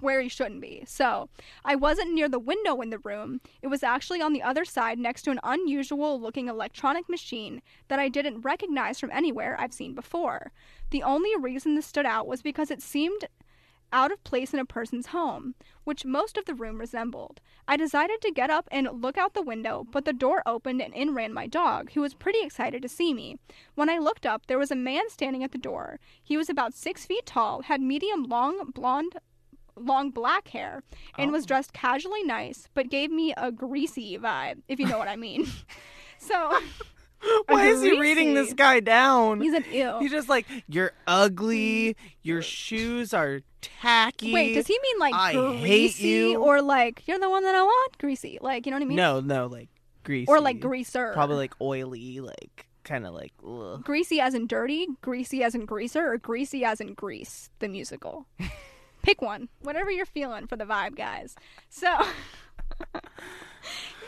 Speaker 2: where he shouldn't be. So I wasn't near the window in the room. It was actually on the other side next to an unusual looking electronic machine that I didn't recognize from anywhere I've seen before. The only reason this stood out was because it seemed out of place in a person's home, which most of the room resembled. I decided to get up and look out the window, but the door opened and in ran my dog, who was pretty excited to see me. When I looked up, there was a man standing at the door. He was about six feet tall, had medium long blonde long black hair, and
Speaker 1: Oh.
Speaker 2: was dressed casually nice, but gave me a greasy vibe, if you know what
Speaker 1: [LAUGHS]
Speaker 2: I mean. So
Speaker 1: [GASPS] Why is he reading this
Speaker 2: greasy.
Speaker 1: guy down?
Speaker 2: he's an ew.
Speaker 1: He's just like, you're ugly. Your shoes are tacky.
Speaker 2: Wait, does he mean like
Speaker 1: I hate
Speaker 2: greasy
Speaker 1: you.
Speaker 2: or like you're the one that I want? Greasy. Like, you know what I mean?
Speaker 1: No, no, like greasy.
Speaker 2: Or like greaser.
Speaker 1: Probably like oily, like kind of like. Ugh.
Speaker 2: Greasy as in dirty, greasy as in greaser, or greasy as in grease,
Speaker 1: [LAUGHS]
Speaker 2: the musical. Pick one. Whatever you're feeling for the vibe, guys.
Speaker 1: [LAUGHS]
Speaker 2: So.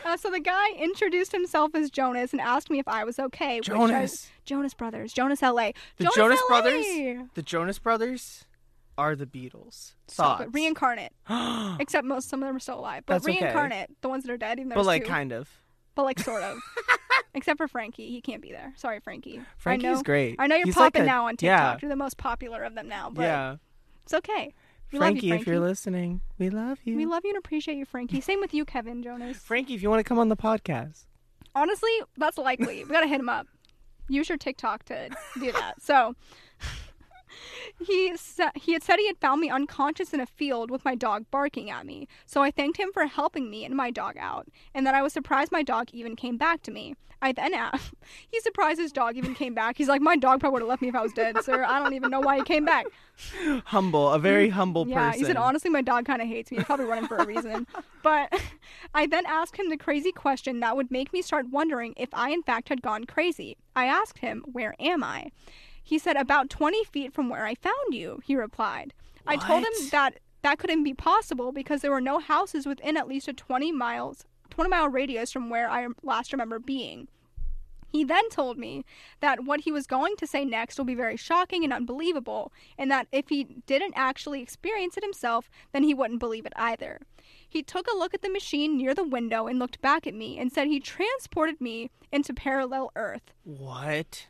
Speaker 2: Uh, so the guy introduced himself as Jonas and asked me if I was okay. which I-
Speaker 1: Jonas.
Speaker 2: Jonas Brothers. Jonas LA.
Speaker 1: The Jonas Brothers?
Speaker 2: LA.
Speaker 1: The Jonas Brothers are the Beatles.
Speaker 2: Stop
Speaker 1: Thoughts.
Speaker 2: it.
Speaker 1: [GASPS]
Speaker 2: Reincarnate.
Speaker 1: but
Speaker 2: Except most some of them are still alive. But
Speaker 1: That's okay.
Speaker 2: reincarnate, the ones that are dead, even there's
Speaker 1: like
Speaker 2: two.
Speaker 1: kind of.
Speaker 2: but like
Speaker 1: [LAUGHS]
Speaker 2: sort of. Except for Frankie, he can't be there. Sorry, Frankie.
Speaker 1: Frankie's
Speaker 2: I know,
Speaker 1: great.
Speaker 2: I know you're
Speaker 1: He's like
Speaker 2: popping
Speaker 1: a-
Speaker 2: now on TikTok.
Speaker 1: yeah.
Speaker 2: You're the most popular of them now, but
Speaker 1: yeah,
Speaker 2: it's okay. We love
Speaker 1: Frankie,
Speaker 2: you, Frankie.
Speaker 1: if you're listening, we love you.
Speaker 2: we love you and appreciate you, Frankie. Same with you, Kevin Jonas.
Speaker 1: Frankie, if you want to come on the podcast, [GASPS] [LAUGHS]
Speaker 2: Honestly, that's likely. We gotta hit him up. Use your TikTok to do that. So, He sa- he had said he had found me unconscious in a field with my dog barking at me. So I thanked him for helping me and my dog out, and that I was surprised my dog even came back to me. I then asked, [LAUGHS] he surprised his dog even came back. He's like, my dog probably would have left me if I was dead, sir. I don't even know why he came back.
Speaker 1: Humble, a very humble
Speaker 2: Mm, Yeah,
Speaker 1: person.
Speaker 2: he said, honestly, my dog kind of hates me. He's probably running for
Speaker 1: [LAUGHS]
Speaker 2: a reason. But [LAUGHS] I then asked him the crazy question that would make me start wondering if I, in fact, had gone crazy. I asked him, Where am I? He said, About 20 feet from where I found you, he replied. I told him
Speaker 1: What?
Speaker 2: that that couldn't be possible because there were no houses within at least a 20 miles 20 mile radius from where I last remember being. He then told me that what he was going to say next will be very shocking and unbelievable, and that if he didn't actually experience it himself, then he wouldn't believe it either. He took a look at the machine near the window and looked back at me and said he transported me into parallel Earth.
Speaker 1: What?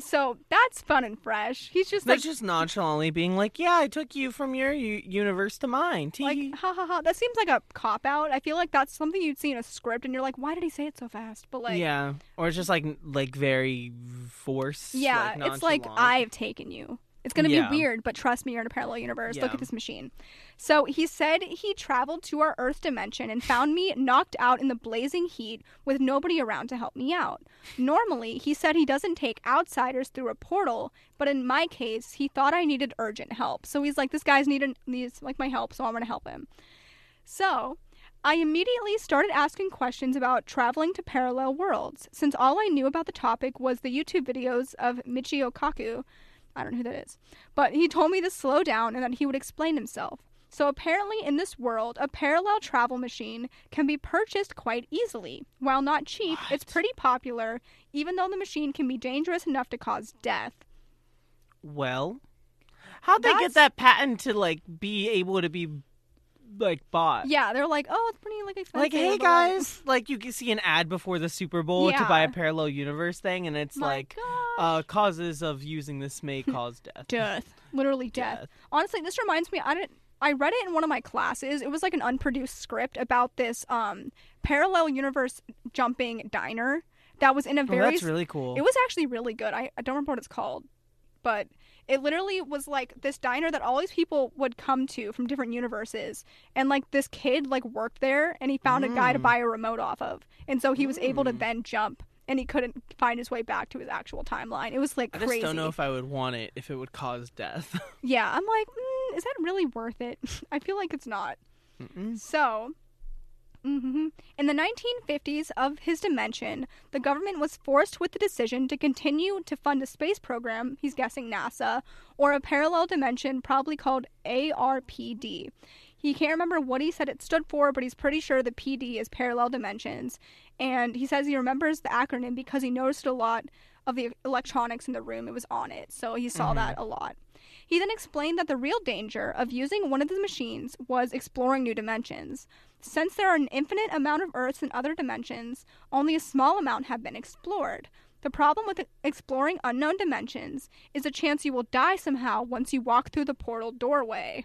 Speaker 2: So that's fun and fresh. He's just
Speaker 1: That's
Speaker 2: like,
Speaker 1: just nonchalantly being like, "Yeah, I took you from your u- universe to mine." Tee
Speaker 2: like,
Speaker 1: hee."
Speaker 2: ha ha ha. That seems like a cop out. I feel like that's something you'd see in a script, and you're like, why did he say it so fast? But like,
Speaker 1: yeah, or it's just like like very forced.
Speaker 2: Yeah,
Speaker 1: like,
Speaker 2: it's like
Speaker 1: nonchalant.
Speaker 2: I've taken you. It's gonna
Speaker 1: Yeah.
Speaker 2: be weird, but trust me, you're in a parallel universe. Look
Speaker 1: Yeah.
Speaker 2: at this machine. So he said he traveled to our Earth dimension and found me knocked out in the blazing heat with nobody around to help me out. Normally, he said he doesn't take outsiders through a portal, but in my case, he thought I needed urgent help. So he's like, "This guy's needing needs like my help, so I'm gonna help him." So I immediately started asking questions about traveling to parallel worlds, since all I knew about the topic was the YouTube videos of Michio Kaku. I don't know who that is. But he told me to slow down and that he would explain himself. So apparently, in this world, a parallel travel machine can be purchased quite easily. While not cheap, it's
Speaker 1: What?
Speaker 2: pretty popular, even though the machine can be dangerous enough to cause death.
Speaker 1: Well, how'd they
Speaker 2: That's-
Speaker 1: get that patent to like be able to be like bought?
Speaker 2: Yeah, they're like, oh, it's pretty like expensive.
Speaker 1: Like, hey
Speaker 2: but, like,
Speaker 1: guys, like you can see an ad before the Super Bowl to buy
Speaker 2: Yeah.
Speaker 1: a parallel universe thing, and it's
Speaker 2: my
Speaker 1: like,
Speaker 2: gosh.
Speaker 1: uh, causes of using this
Speaker 2: [LAUGHS]
Speaker 1: may cause death.
Speaker 2: death literally death.
Speaker 1: Death.
Speaker 2: honestly this reminds me i didn't i read it in one of my classes it was like an unproduced script about this um parallel universe jumping diner that was in a
Speaker 1: Well,
Speaker 2: very
Speaker 1: Oh, that's really cool.
Speaker 2: it was actually really good I, I don't remember what it's called but it literally was like this diner that all these people would come to from different universes and like this kid like worked there and he found a guy to
Speaker 1: Mm.
Speaker 2: buy a remote off of and so he was able to
Speaker 1: Mm.
Speaker 2: then jump and he couldn't find his way back to his actual timeline it was like
Speaker 1: I
Speaker 2: crazy
Speaker 1: just don't know if I would want it if it would cause death. [LAUGHS]
Speaker 2: yeah, I'm like, mm, is that really worth it? [LAUGHS] I feel like it's not.
Speaker 1: Mm-mm.
Speaker 2: So, mhm. in the 1950s of his dimension, the government was forced with the decision to continue to fund a space program, he's guessing NASA, or a parallel dimension probably called ARPD. He can't remember what he said it stood for, but he's pretty sure the PD is parallel dimensions. And he says he remembers the acronym because he noticed a lot of the electronics in the room. It was on it. So he saw
Speaker 1: Mhm.
Speaker 2: that a lot. He then explained that the real danger of using one of the machines was exploring new dimensions. Since there are an infinite amount of Earths and other dimensions, only a small amount have been explored. The problem with exploring unknown dimensions is the chance you will die somehow once you walk through the portal doorway.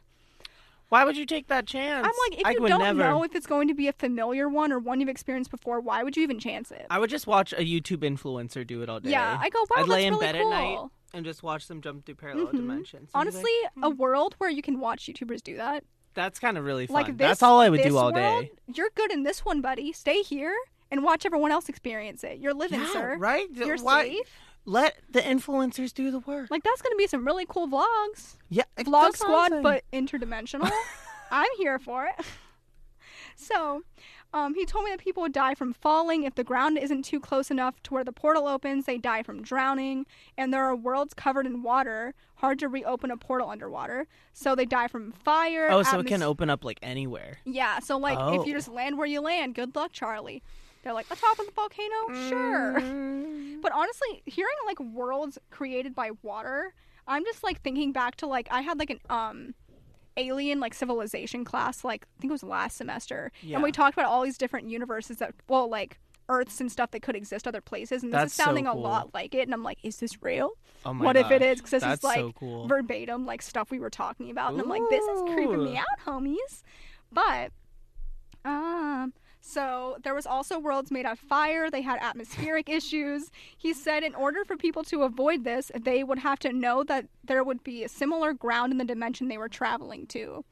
Speaker 1: Why would you take that chance?
Speaker 2: I'm like, if
Speaker 1: I
Speaker 2: you
Speaker 1: would
Speaker 2: don't
Speaker 1: never.
Speaker 2: know if it's going to be a familiar one or one you've experienced before, why would you even chance it?
Speaker 1: I would just watch a YouTube influencer do it all day.
Speaker 2: yeah, I go, wow,
Speaker 1: I'd
Speaker 2: that's
Speaker 1: lay in
Speaker 2: really
Speaker 1: bed
Speaker 2: cool.
Speaker 1: at night and just watch them jump through parallel
Speaker 2: Mhm.
Speaker 1: dimensions. And be like, "Hmm."
Speaker 2: Honestly, a world where you can watch YouTubers do that,
Speaker 1: that's kind of really fun.
Speaker 2: like this,
Speaker 1: that's all I would
Speaker 2: this
Speaker 1: do all
Speaker 2: world, [LAUGHS]
Speaker 1: day.
Speaker 2: You're good in this one, buddy. Stay here and watch everyone else experience it. You're living,
Speaker 1: Yeah,
Speaker 2: sir.
Speaker 1: right?
Speaker 2: You're
Speaker 1: Why-
Speaker 2: safe.
Speaker 1: Let the influencers do the work.
Speaker 2: Like that's gonna be some really cool vlogs.
Speaker 1: yeah,
Speaker 2: Vlog
Speaker 1: that's
Speaker 2: squad,
Speaker 1: awesome.
Speaker 2: but
Speaker 1: [LAUGHS]
Speaker 2: interdimensional. I'm here for it. So, um, he told me that people would die from falling if the ground isn't too close enough to where the portal opens. They die from drowning, and there are worlds covered in water, hard to reopen a portal underwater. So they die from fire.
Speaker 1: oh, so it
Speaker 2: atmos-
Speaker 1: can open up like anywhere.
Speaker 2: Yeah, so like if you
Speaker 1: Oh.
Speaker 2: just land where you land, good luck, Charlie. They're like atop of the volcano, sure.
Speaker 1: Mm.
Speaker 2: [LAUGHS] But honestly, hearing like worlds created by water, I'm just like thinking back to like I had like an um alien like civilization class like I think it was last semester, and we
Speaker 1: Yeah.
Speaker 2: talked about all these different universes that well like Earths and stuff that could exist other places, and this
Speaker 1: That's
Speaker 2: is
Speaker 1: so
Speaker 2: sounding
Speaker 1: cool.
Speaker 2: a lot like it. And I'm like, is this real?
Speaker 1: Oh my
Speaker 2: What if it
Speaker 1: gosh,
Speaker 2: is? Because this
Speaker 1: That's
Speaker 2: is like
Speaker 1: so cool.
Speaker 2: verbatim like stuff we were talking about and i'm like this is creeping me
Speaker 1: Ooh.
Speaker 2: out homies but um So there was also worlds made on fire. They had atmospheric [LAUGHS] issues. He said in order for people to avoid this, they would have to know that there would be a similar ground in the dimension they were traveling to.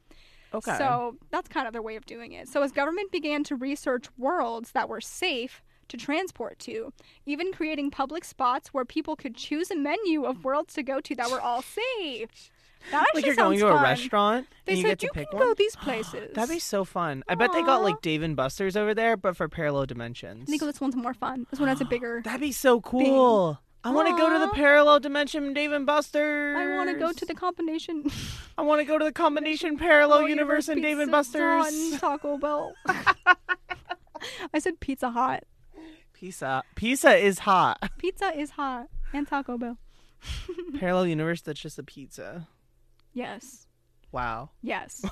Speaker 1: Okay.
Speaker 2: So that's kind of their way of doing it. So as government began to research worlds that were safe to transport to, even creating public spots where people could choose a menu of worlds to go to that were all safe. That actually
Speaker 1: like you're
Speaker 2: sounds
Speaker 1: going to a
Speaker 2: fun.
Speaker 1: restaurant
Speaker 2: They
Speaker 1: and you
Speaker 2: said
Speaker 1: get to
Speaker 2: you
Speaker 1: pick
Speaker 2: can
Speaker 1: one.
Speaker 2: go these places.
Speaker 1: [GASPS] That'd be so fun. I bet they
Speaker 2: Aw.
Speaker 1: got like Dave and Buster's over there, but for parallel dimensions.
Speaker 2: I think this one's more fun. This one has a bigger.
Speaker 1: That'd be so cool. I want to go to the
Speaker 2: Aw.
Speaker 1: parallel dimension Dave and Buster's.
Speaker 2: I want to go to the combination. [LAUGHS]
Speaker 1: I want to go to the combination parallel
Speaker 2: All
Speaker 1: universe and Dave and
Speaker 2: Pizza Hut
Speaker 1: Buster's.
Speaker 2: and Taco Bell. [LAUGHS] I said Pizza Hut.
Speaker 1: [LAUGHS] Pizza. Pizza is hot. [LAUGHS]
Speaker 2: Pizza is hot and Taco Bell.
Speaker 1: parallel universe that's just a pizza.
Speaker 2: Yes.
Speaker 1: Wow.
Speaker 2: Yes.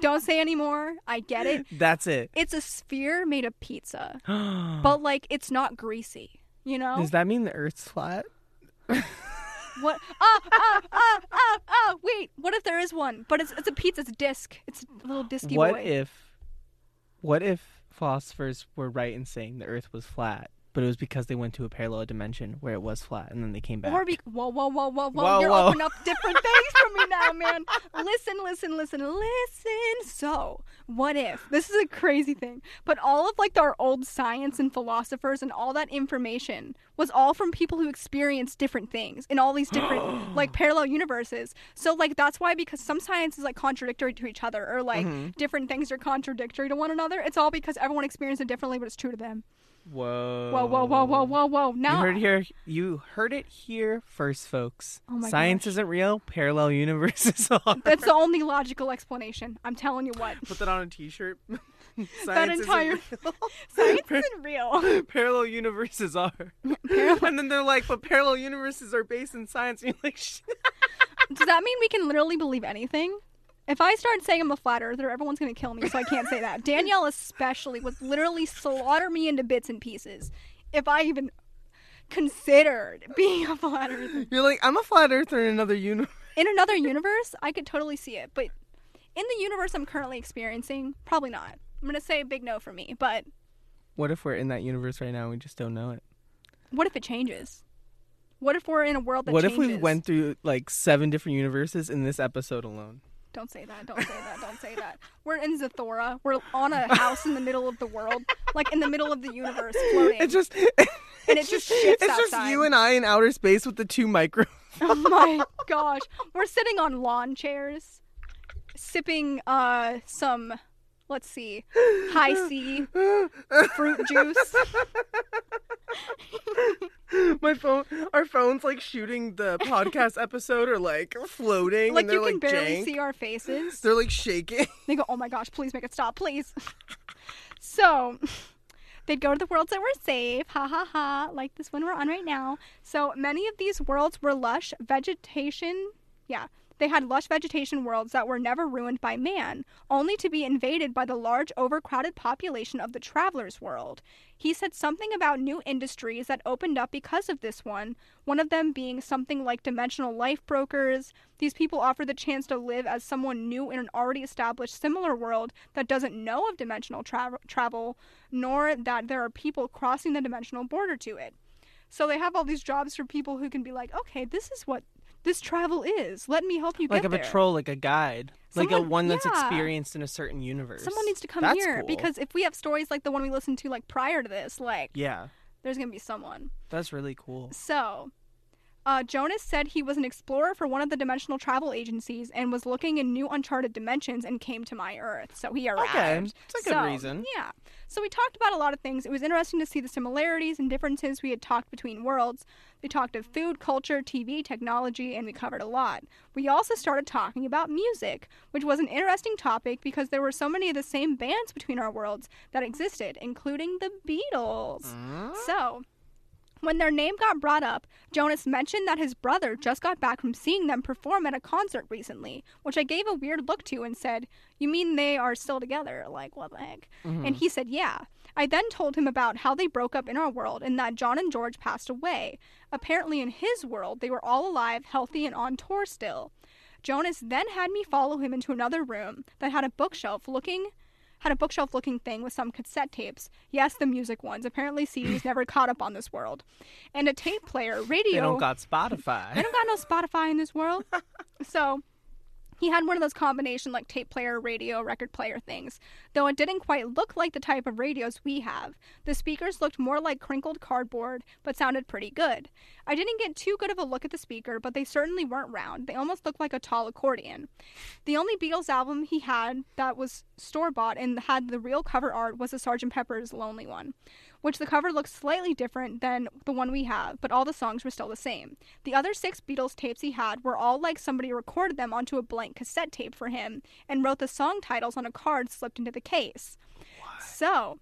Speaker 2: Don't say anymore. I get it.
Speaker 1: That's it. [GASPS]
Speaker 2: It's a sphere made of pizza,
Speaker 1: Uh-huh. Does
Speaker 2: but like it's not greasy. You know
Speaker 1: that mean the Earth's flat?
Speaker 2: [LAUGHS] what? Ah, ah, ah, ah, ah! Wait, what if there is one? But it's it's a pizza. It's a disc. It's a little disky
Speaker 1: what
Speaker 2: boy.
Speaker 1: if what if philosophers were right in saying the earth was flat but it was because they went to a parallel dimension where it was flat and then they came back
Speaker 2: Or be whoa, whoa, whoa, whoa, whoa!
Speaker 1: Whoa,
Speaker 2: You're
Speaker 1: whoa.
Speaker 2: opening up
Speaker 1: [LAUGHS]
Speaker 2: different things for me now, man. Listen, listen, listen, listen. So, what if this is a crazy thing? But all of like our old science and philosophers and all that information was all from people who experienced different things in all
Speaker 1: [GASPS]
Speaker 2: these different like parallel universes. So, like that's why because some science is like contradictory to each other, or like
Speaker 1: Mhm.
Speaker 2: different things are contradictory to one another. It's all because everyone experienced it differently, but it's true to them.
Speaker 1: whoa
Speaker 2: Whoa, whoa, whoa, whoa, whoa,
Speaker 1: Uh,
Speaker 2: whoa!
Speaker 1: you
Speaker 2: Now
Speaker 1: heard it here you heard it here first folks
Speaker 2: Oh my
Speaker 1: science
Speaker 2: gosh.
Speaker 1: isn't real parallel universes [LAUGHS] are
Speaker 2: That's the only logical explanation. I'm telling you what.
Speaker 1: put that on a t-shirt [LAUGHS] science
Speaker 2: entire-
Speaker 1: isn't real.
Speaker 2: [LAUGHS]
Speaker 1: [LAUGHS]
Speaker 2: Science isn't real.
Speaker 1: parallel universes are [LAUGHS] and then they're like but parallel universes are based in science [LAUGHS] and you're like "Shit."
Speaker 2: Does that mean we can literally believe anything? If I start saying I'm a flat earther, everyone's going to kill me, so I can't say
Speaker 1: [LAUGHS]
Speaker 2: that. Danielle, especially, would literally slaughter me into bits and pieces if I even considered being a flat earther.
Speaker 1: you're like i'm a flat earther in another universe
Speaker 2: In another universe, I could totally see it, but in the universe I'm currently experiencing, probably not. I'm going to say a big no for me, but
Speaker 1: [LAUGHS] What if we're in that universe right now and we just don't know it?
Speaker 2: what if it changes? What if we're in a world that
Speaker 1: what
Speaker 2: changes?
Speaker 1: if we went through like seven different universes in this episode alone?
Speaker 2: Don't say that. Don't say that. Don't say that. We're in Zathora. We're on a house in the middle of the world, like in the middle of the universe, floating.
Speaker 1: It's just
Speaker 2: and it just
Speaker 1: [LAUGHS]
Speaker 2: shifts
Speaker 1: it's just
Speaker 2: outside.
Speaker 1: you and I in outer space with the two micro
Speaker 2: [LAUGHS]
Speaker 1: [LAUGHS]
Speaker 2: oh my gosh, we're sitting on lawn chairs, sipping uh some, let's see, high C fruit
Speaker 1: [LAUGHS]
Speaker 2: juice.
Speaker 1: My phone our phones like shooting the podcast episode or like floating
Speaker 2: Like
Speaker 1: and they're
Speaker 2: you can
Speaker 1: like
Speaker 2: barely
Speaker 1: jank.
Speaker 2: see our faces.
Speaker 1: [LAUGHS] They're like shaking.
Speaker 2: They go, oh my gosh, please make it stop, please. [LAUGHS] so they'd go to the worlds that were safe, ha ha ha, like this one we're on right now. So many of these worlds were lush vegetation. Yeah, they had lush vegetation worlds that were never ruined by man, only to be invaded by the large, overcrowded population of the traveler's world. He said something about new industries that opened up because of this one, one of them being something like dimensional life brokers. These people offer the chance to live as someone new in an already established similar world that doesn't know of dimensional tra- travel, nor that there are people crossing the dimensional border to it. So they have all these jobs for people who can be like, okay, this is what this travel is. Let me help you
Speaker 1: Like
Speaker 2: get
Speaker 1: a
Speaker 2: there.
Speaker 1: patrol, like a guide. like a
Speaker 2: Someone-
Speaker 1: one that's
Speaker 2: yeah.
Speaker 1: experienced in a certain universe.
Speaker 2: Someone needs to come
Speaker 1: That's
Speaker 2: here
Speaker 1: cool.
Speaker 2: because if we have stories like the one we listened to like prior to this, like
Speaker 1: Yeah.
Speaker 2: there's gonna be someone.
Speaker 1: That's really cool.
Speaker 2: So, uh, Jonas said he was an explorer for one of the dimensional travel agencies and was looking in new uncharted dimensions and came to my Earth. So he arrived.
Speaker 1: Okay. It's a good
Speaker 2: So,
Speaker 1: reason.
Speaker 2: Yeah. So we talked about a lot of things. It was interesting to see the similarities and differences we had talked between worlds. We talked of food, culture, TV, technology, and we covered a lot. We also started talking about music, which was an interesting topic because there were so many of the same bands between our worlds that existed, including the Beatles.
Speaker 1: Oh.
Speaker 2: So, when their name got brought up, Jonas mentioned that his brother just got back from seeing them perform at a concert recently, which I gave a weird look to and said, You mean they are still together? Like, what the heck? And he said, Yeah. I then told him about how they broke up in our world and that John and George passed away. Apparently, in his world, they were all alive, healthy, and on tour still. Jonas then had me follow him into another room that had a bookshelf looking had a bookshelf looking thing with some cassette tapes. Yes, the music ones.
Speaker 1: [LAUGHS]
Speaker 2: Apparently, CDs never caught up on this world. And a tape player, radio.
Speaker 1: They don't got
Speaker 2: They
Speaker 1: [GASPS] Spotify.
Speaker 2: don't got no Spotify in this world. so he had one of those combination like tape player, radio, record player things. Though it didn't quite look like the type of radios we have. The speakers looked more like crinkled cardboard, but sounded pretty good. I didn't get too good of a look at the speaker, but they certainly weren't round. They almost looked like a tall accordion. The only Beatles album he had that was store bought and had the real cover art was the Sgt. Pepper's Lonely One, which the cover looks slightly different than the one we have, but all the songs were still the same. The other six Beatles tapes he had were all like somebody recorded them onto a blank cassette tape for him and wrote the song titles on a card slipped into the case. So,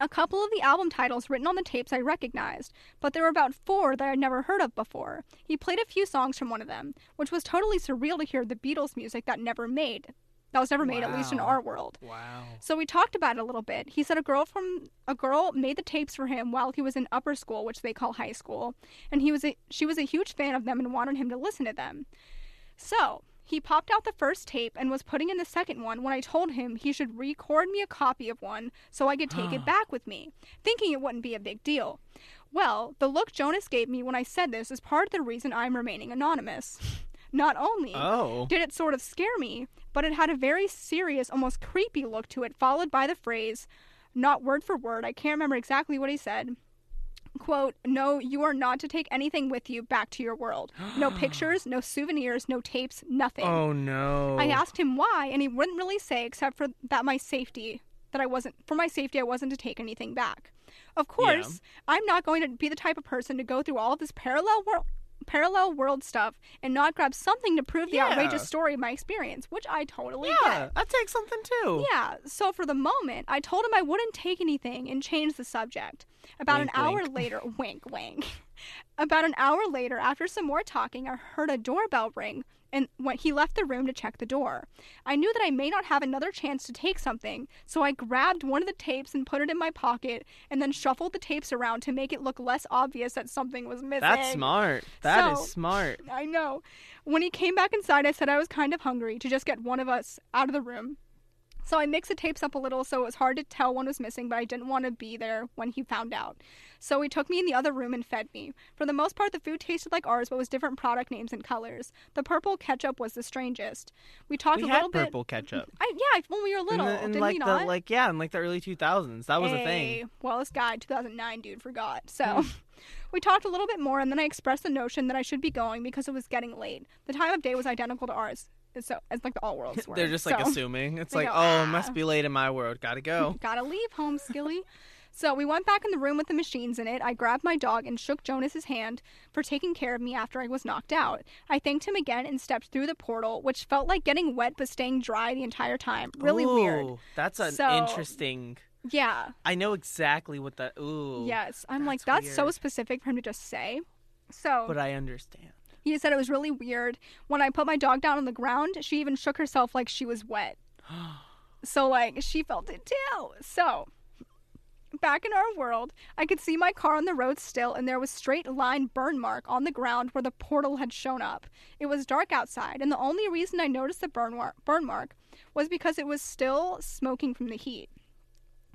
Speaker 2: a couple of the album titles written on the tapes I recognized, but there were about four that I'd never heard of before. He played a few songs from one of them, which was totally surreal to hear the Beatles music that never made. That was never made, at least in
Speaker 1: Wow.
Speaker 2: our world.
Speaker 1: Wow.
Speaker 2: So we talked about it a little bit. He said a girl from a girl made the tapes for him while he was in upper school, which they call high school, and he was a, she was a huge fan of them and wanted him to listen to them. So he popped out the first tape and was putting in the second one when I told him he should record me a copy of one so I could
Speaker 1: Ah.
Speaker 2: take it back with me, thinking it wouldn't be a big deal. Well, the look Jonas gave me when I said this is part of the reason I'm remaining anonymous. Not only
Speaker 1: [LAUGHS] Oh.
Speaker 2: did it sort of scare me, but it had a very serious, almost creepy look to it, followed by the phrase, not word for word, I can't remember exactly what he said. Quote, no, you are not to take anything with you back to your world. [GASPS]
Speaker 1: [GASPS]
Speaker 2: No pictures, no souvenirs, no tapes, nothing.
Speaker 1: Oh no.
Speaker 2: I asked him why, and he wouldn't really say except for that my safety, that I wasn't, for my safety, I wasn't to take anything back. Of course, I'm not going to be the type of person to go through all this parallel world. Parallel world stuff and not grab something to prove the
Speaker 1: Yeah.
Speaker 2: outrageous story of my experience, which I totally
Speaker 1: Yeah, I'd take something too.
Speaker 2: get. Yeah, so for the moment, I told him I wouldn't take anything and changed the subject. About
Speaker 1: Wink,
Speaker 2: an hour
Speaker 1: wink.
Speaker 2: later, [LAUGHS] wink, wink. About an hour later, after some more talking, I heard a doorbell ring, and when he left the room to check the door, I knew that I may not have another chance to take something, so I grabbed one of the tapes and put it in my pocket, and then shuffled the tapes around to make it look less obvious that something was missing.
Speaker 1: That's smart. That is
Speaker 2: So-
Speaker 1: smart.
Speaker 2: I know. When he came back inside, I said I was kind of hungry to just get one of us out of the room. So I mixed the tapes up a little so it was hard to tell one was missing, but I didn't want to be there when he found out. So he took me in the other room and fed me. For the most part, the food tasted like ours, but was different product names and colors. The purple ketchup was the strangest. We
Speaker 1: We
Speaker 2: talked a little
Speaker 1: had purple ketchup.
Speaker 2: bit. I, yeah, when we were
Speaker 1: In
Speaker 2: little,
Speaker 1: the- in
Speaker 2: didn't
Speaker 1: like
Speaker 2: we
Speaker 1: the
Speaker 2: not?
Speaker 1: like yeah, in like the early 2000s. That was a thing. [LAUGHS] Hmm.
Speaker 2: Hey, Well, this guy, 2009 dude, forgot. So [LAUGHS] we talked a little bit more, and then I expressed the notion that I should be going because it was getting late. The time of day was identical to ours, so as like the all worlds
Speaker 1: [LAUGHS]
Speaker 2: were.
Speaker 1: They're just like
Speaker 2: so.
Speaker 1: assuming. It's
Speaker 2: [LAUGHS] They
Speaker 1: like,
Speaker 2: go,
Speaker 1: "Oh, it
Speaker 2: "Ah."
Speaker 1: must be late in my world. Got to go."
Speaker 2: [LAUGHS] Gotta leave home, Skilly. so we went back in the room with the machines in it. I grabbed my dog and shook Jonas's hand for taking care of me after I was knocked out. I thanked him again and stepped through the portal, which felt like getting wet but staying dry the entire time. Really weird.
Speaker 1: Ooh, That's an
Speaker 2: So-
Speaker 1: interesting.
Speaker 2: Yeah.
Speaker 1: I know exactly what that. Ooh.
Speaker 2: yes. I'm like,
Speaker 1: that's
Speaker 2: that's so
Speaker 1: weird.
Speaker 2: specific for him to just say. So
Speaker 1: But I understand.
Speaker 2: He said it was really weird. When I put my dog down on the ground, she even shook herself like she was wet. So, like, she felt it too. So, back in our world, I could see my car on the road still, and there was straight line burn mark on the ground where the portal had shown up. It was dark outside, and the only reason I noticed the burn, war- burn mark was because it was still smoking from the heat.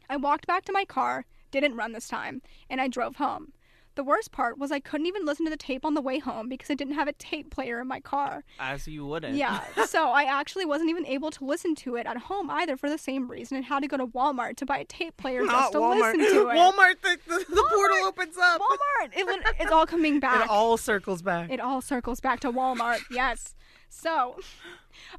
Speaker 2: I walked back to my car, didn't run this time, and I drove home. The worst part was I couldn't even listen to the tape on the way home because I didn't have a tape player in my car.
Speaker 1: As you wouldn't.
Speaker 2: Yeah, so I actually wasn't even able to listen to it at home either for the same reason and had to go to Walmart to buy a tape player just to
Speaker 1: [LAUGHS]
Speaker 2: listen to it.
Speaker 3: Walmart, the, the, the
Speaker 2: Walmart.
Speaker 3: portal opens up.
Speaker 2: Walmart! It, lit- it's all coming back.
Speaker 1: It all circles back.
Speaker 2: It all circles back to Walmart. yes. So,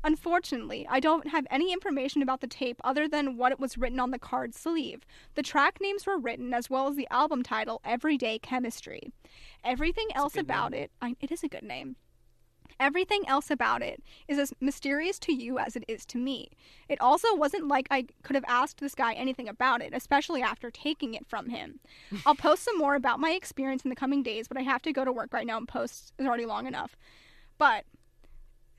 Speaker 2: unfortunately, I don't have any information about the tape other than what it was written on the card sleeve. The track names were written as well as the album title Everyday Chemistry. Everything else
Speaker 1: good
Speaker 2: about it, I, it is a good name. Everything else about it is as mysterious to you as it is to me. It also wasn't like I could have asked this guy anything about it, especially after taking it from him. I'll post some more about my experience in the coming days, but I have to go to work right now and post is already long enough. But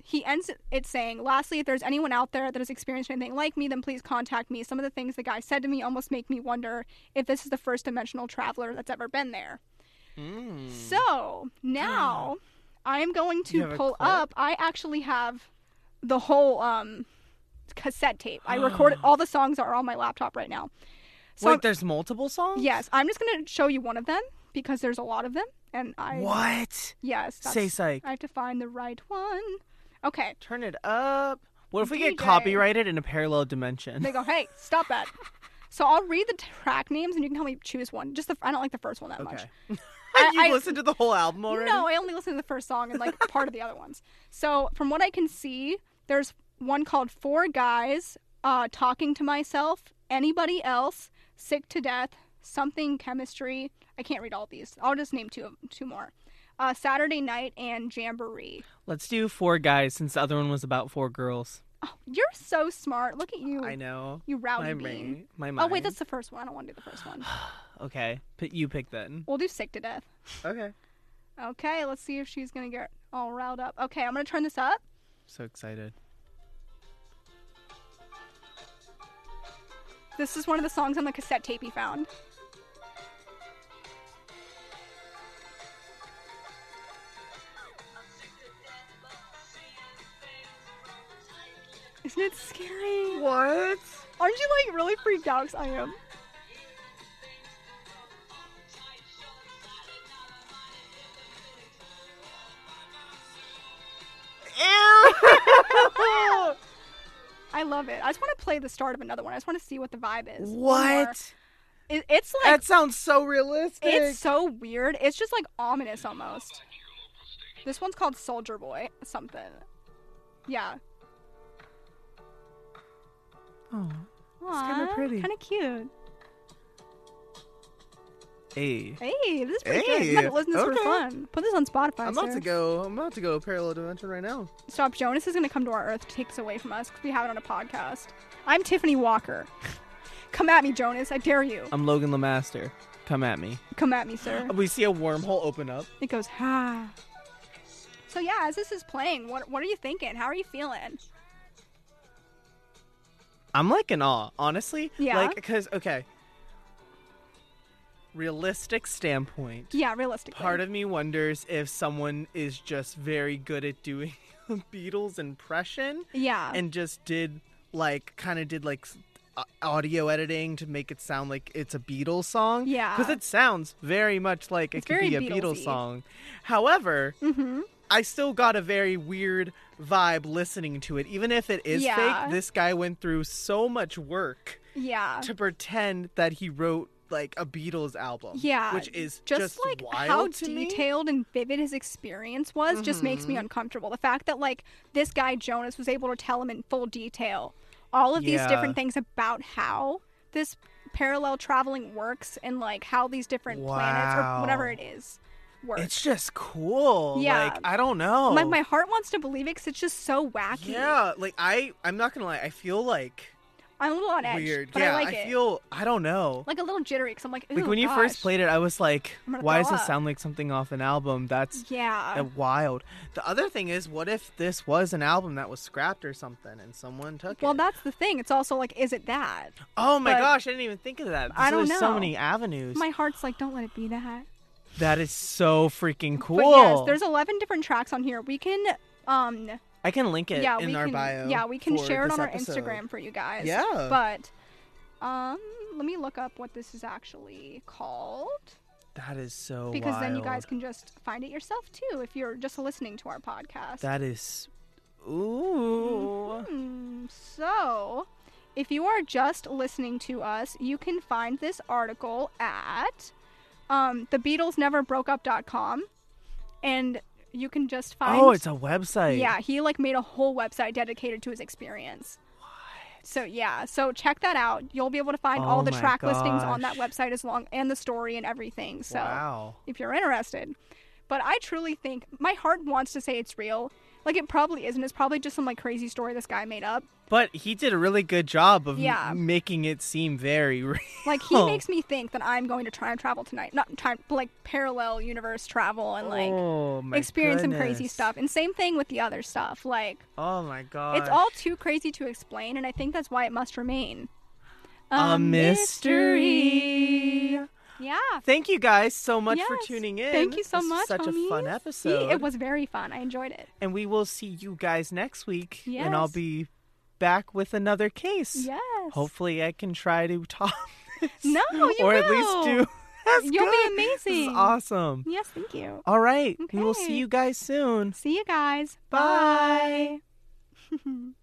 Speaker 2: he ends it saying, lastly, if there's anyone out there that has experienced anything like me, then please contact me. Some of the things the guy said to me almost make me wonder if this is the first dimensional traveler that's ever been there.
Speaker 1: Mm.
Speaker 2: So now I'm going
Speaker 1: Hmm. You
Speaker 2: to
Speaker 1: have a
Speaker 2: pull
Speaker 1: clip?
Speaker 2: up. I actually have the whole um, cassette tape.
Speaker 1: Ah.
Speaker 2: I recorded all the songs are on my laptop right now. So
Speaker 1: Wait,
Speaker 2: I'm-
Speaker 1: there's multiple songs?
Speaker 2: yes, I'm just gonna show you one of them because there's a lot of them, and I
Speaker 1: What?
Speaker 2: yes that's-
Speaker 1: Say psych.
Speaker 2: I have to find the right one. Okay,
Speaker 1: Turn it up. What if we get
Speaker 2: DJ.
Speaker 1: copyrighted in a parallel dimension?
Speaker 2: they go, hey, stop that. So I'll read the track names and you can help me choose one. Just the I don't like the first one that much.
Speaker 1: Okay.
Speaker 2: I-
Speaker 1: You've
Speaker 2: I-
Speaker 1: listened to the whole album already?
Speaker 2: No, I only listened to the first song and like part of the other ones. So from what I can see, there's one called Four Guys, uh, Talking to Myself, Anybody Else, Sick to Death, Something Chemistry. I can't read all these. I'll just name two of two more. Uh, Saturday Night and Jamboree.
Speaker 1: Let's do four guys since the other one was about four girls.
Speaker 2: Oh, you're so smart. Look at you.
Speaker 1: I know.
Speaker 2: You rowdy
Speaker 1: My
Speaker 2: bean.
Speaker 1: brain. My
Speaker 2: Oh
Speaker 1: mind.
Speaker 2: wait, that's the first one. I don't want to do
Speaker 1: [SIGHS]
Speaker 2: the first one.
Speaker 1: Okay. P- you pick then.
Speaker 2: We'll do Sick to Death.
Speaker 3: Okay.
Speaker 2: Okay, let's see if she's gonna get all riled up. Okay, I'm gonna turn this up.
Speaker 1: So excited.
Speaker 2: This is one of the songs on the cassette tape he found. Isn't it scary?
Speaker 3: What?
Speaker 2: Aren't you like really freaked out? 'Cause I am. I love it. I just want to play the start of another one. I just want to see what the vibe is. One more.
Speaker 1: What?
Speaker 2: It, it's like
Speaker 3: That sounds so realistic.
Speaker 2: It's so weird. It's just like ominous almost. This one's called Soldier Boy something. Yeah.
Speaker 1: Oh, kinda pretty.
Speaker 2: Kind of cute.
Speaker 1: hey.
Speaker 2: Hey, this is pretty good.
Speaker 3: Hey,
Speaker 2: You gotta listen to this for
Speaker 3: okay.
Speaker 2: fun. Put this on Spotify.
Speaker 3: I'm about
Speaker 2: sir.
Speaker 3: to go. I'm about to go parallel dimension right now.
Speaker 2: Stop. Jonas is gonna come to our Earth to take this away from us because we have it on a podcast. I'm Tiffany Walker. [LAUGHS] come at me, Jonas. I dare you.
Speaker 1: I'm Logan Lamaster. Come at me.
Speaker 2: Come at me, sir.
Speaker 1: We see a wormhole open up.
Speaker 2: It goes ha. So yeah, as this is playing, what what are you thinking? How are you feeling?
Speaker 1: I'm like in awe, honestly.
Speaker 2: Yeah.
Speaker 1: Like, because, okay. Realistic standpoint.
Speaker 2: Yeah, realistically.
Speaker 1: Part of me wonders if someone is just very good at doing [LAUGHS] a Beatles impression
Speaker 2: yeah.
Speaker 1: and just did like kind of did like s- au- audio editing to make it sound like it's a Beatles song.
Speaker 2: Yeah.
Speaker 1: Because it sounds very much like
Speaker 2: It's
Speaker 1: it could be a
Speaker 2: very
Speaker 1: Beatles
Speaker 2: Beatlesy.
Speaker 1: song. However,
Speaker 2: mm-hmm.
Speaker 1: I still got a very weird vibe listening to it. Even if it is
Speaker 2: Yeah.
Speaker 1: fake, this guy went through so much work
Speaker 2: Yeah.
Speaker 1: to pretend that he wrote like a Beatles album.
Speaker 2: Yeah,
Speaker 1: Which is
Speaker 2: just,
Speaker 1: just,
Speaker 2: like
Speaker 1: wild
Speaker 2: how
Speaker 1: to me. Mm-hmm.
Speaker 2: detailed and vivid his experience was just makes me uncomfortable. The fact that like this guy Jonas was able to tell him in full detail all of these
Speaker 1: Yeah.
Speaker 2: different things about how this parallel traveling works and like how these different planets or whatever
Speaker 1: Wow.
Speaker 2: it is work.
Speaker 1: It's just cool.
Speaker 2: Yeah.
Speaker 1: Like I don't know.
Speaker 2: My my heart wants to believe it because it's just so wacky.
Speaker 1: Yeah, like I I'm not gonna lie, I feel like
Speaker 2: I'm a little on edge,
Speaker 1: weird.
Speaker 2: but
Speaker 1: yeah,
Speaker 2: I like it.
Speaker 1: feel I don't know.
Speaker 2: like a little jittery because I'm like,
Speaker 1: Like
Speaker 2: "Ooh,
Speaker 1: when you first
Speaker 2: gosh."
Speaker 1: played it, I was like,
Speaker 2: I'm gonna
Speaker 1: why
Speaker 2: throw
Speaker 1: does
Speaker 2: up."
Speaker 1: this sound like something off an album? That's
Speaker 2: Yeah.
Speaker 1: uh, wild. The other thing is, what if this was an album that was scrapped or something and someone took
Speaker 2: Well,
Speaker 1: it?
Speaker 2: that's the thing. It's also like, is it that?
Speaker 1: oh my
Speaker 2: but-
Speaker 1: gosh, I didn't even think of that.
Speaker 2: I don't
Speaker 1: There's so
Speaker 2: know.
Speaker 1: many avenues.
Speaker 2: My heart's like, don't let it be that.
Speaker 1: That is so freaking cool.
Speaker 2: But yes, there's 11 different tracks on here. We can, um,
Speaker 1: I can link it
Speaker 2: yeah,
Speaker 1: in
Speaker 2: we
Speaker 1: our
Speaker 2: can,
Speaker 1: bio.
Speaker 2: yeah, we can
Speaker 1: for
Speaker 2: share it
Speaker 1: this
Speaker 2: on our
Speaker 1: episode.
Speaker 2: Instagram for you guys.
Speaker 1: Yeah.
Speaker 2: But, um, let me look up what this is actually called
Speaker 1: That is so
Speaker 2: because then you
Speaker 1: wild.
Speaker 2: guys can just find it yourself too if you're just listening to our podcast.
Speaker 1: That is. Ooh.
Speaker 2: Hmm, so, if you are just listening to us, you can find this article at um, thebeatlesneverbroakeup.com. And you can just find.
Speaker 1: Oh, it's a website.
Speaker 2: Yeah, he like made a whole website dedicated to his experience. So yeah, so check that out. You'll be able to find all
Speaker 1: Oh
Speaker 2: the
Speaker 1: my
Speaker 2: track listings on that
Speaker 1: gosh.
Speaker 2: website as long and the story and everything. So
Speaker 1: Wow.
Speaker 2: if you're interested. But I truly think my heart wants to say it's real. Like it probably isn't. It's probably just some like crazy story this guy made up.
Speaker 1: But he did a really good job of m-
Speaker 2: Yeah.
Speaker 1: making it seem very [LAUGHS] real.
Speaker 2: Like he
Speaker 1: Oh.
Speaker 2: makes me think that I'm going to try and travel tonight. Not time like parallel universe travel and like
Speaker 1: oh, my
Speaker 2: experience some crazy
Speaker 1: goodness.
Speaker 2: stuff. And same thing with the other stuff. Like
Speaker 1: Oh my god.
Speaker 2: It's all too crazy to explain, and I think that's why it must remain
Speaker 1: a mystery.
Speaker 2: Yeah.
Speaker 1: Thank you guys so much for
Speaker 2: Yes.
Speaker 1: tuning in.
Speaker 2: Thank you so
Speaker 1: This was
Speaker 2: much,
Speaker 1: Such a fun
Speaker 2: homies.
Speaker 1: episode.
Speaker 2: See, it was very fun. I enjoyed it.
Speaker 1: and we will see you guys next week. And I'll
Speaker 2: Yes.
Speaker 1: be back with another case.
Speaker 2: Yes.
Speaker 1: Hopefully, I can try to top [LAUGHS] this.
Speaker 2: No, you
Speaker 1: or at
Speaker 2: will.
Speaker 1: least do. [LAUGHS] That's
Speaker 2: You'll
Speaker 1: good.
Speaker 2: be
Speaker 1: This
Speaker 2: amazing.
Speaker 1: is awesome.
Speaker 2: Yes, thank you.
Speaker 1: All right. We will see
Speaker 2: Okay.
Speaker 1: you guys soon.
Speaker 2: [LAUGHS] See you guys.
Speaker 1: Bye.
Speaker 2: Bye.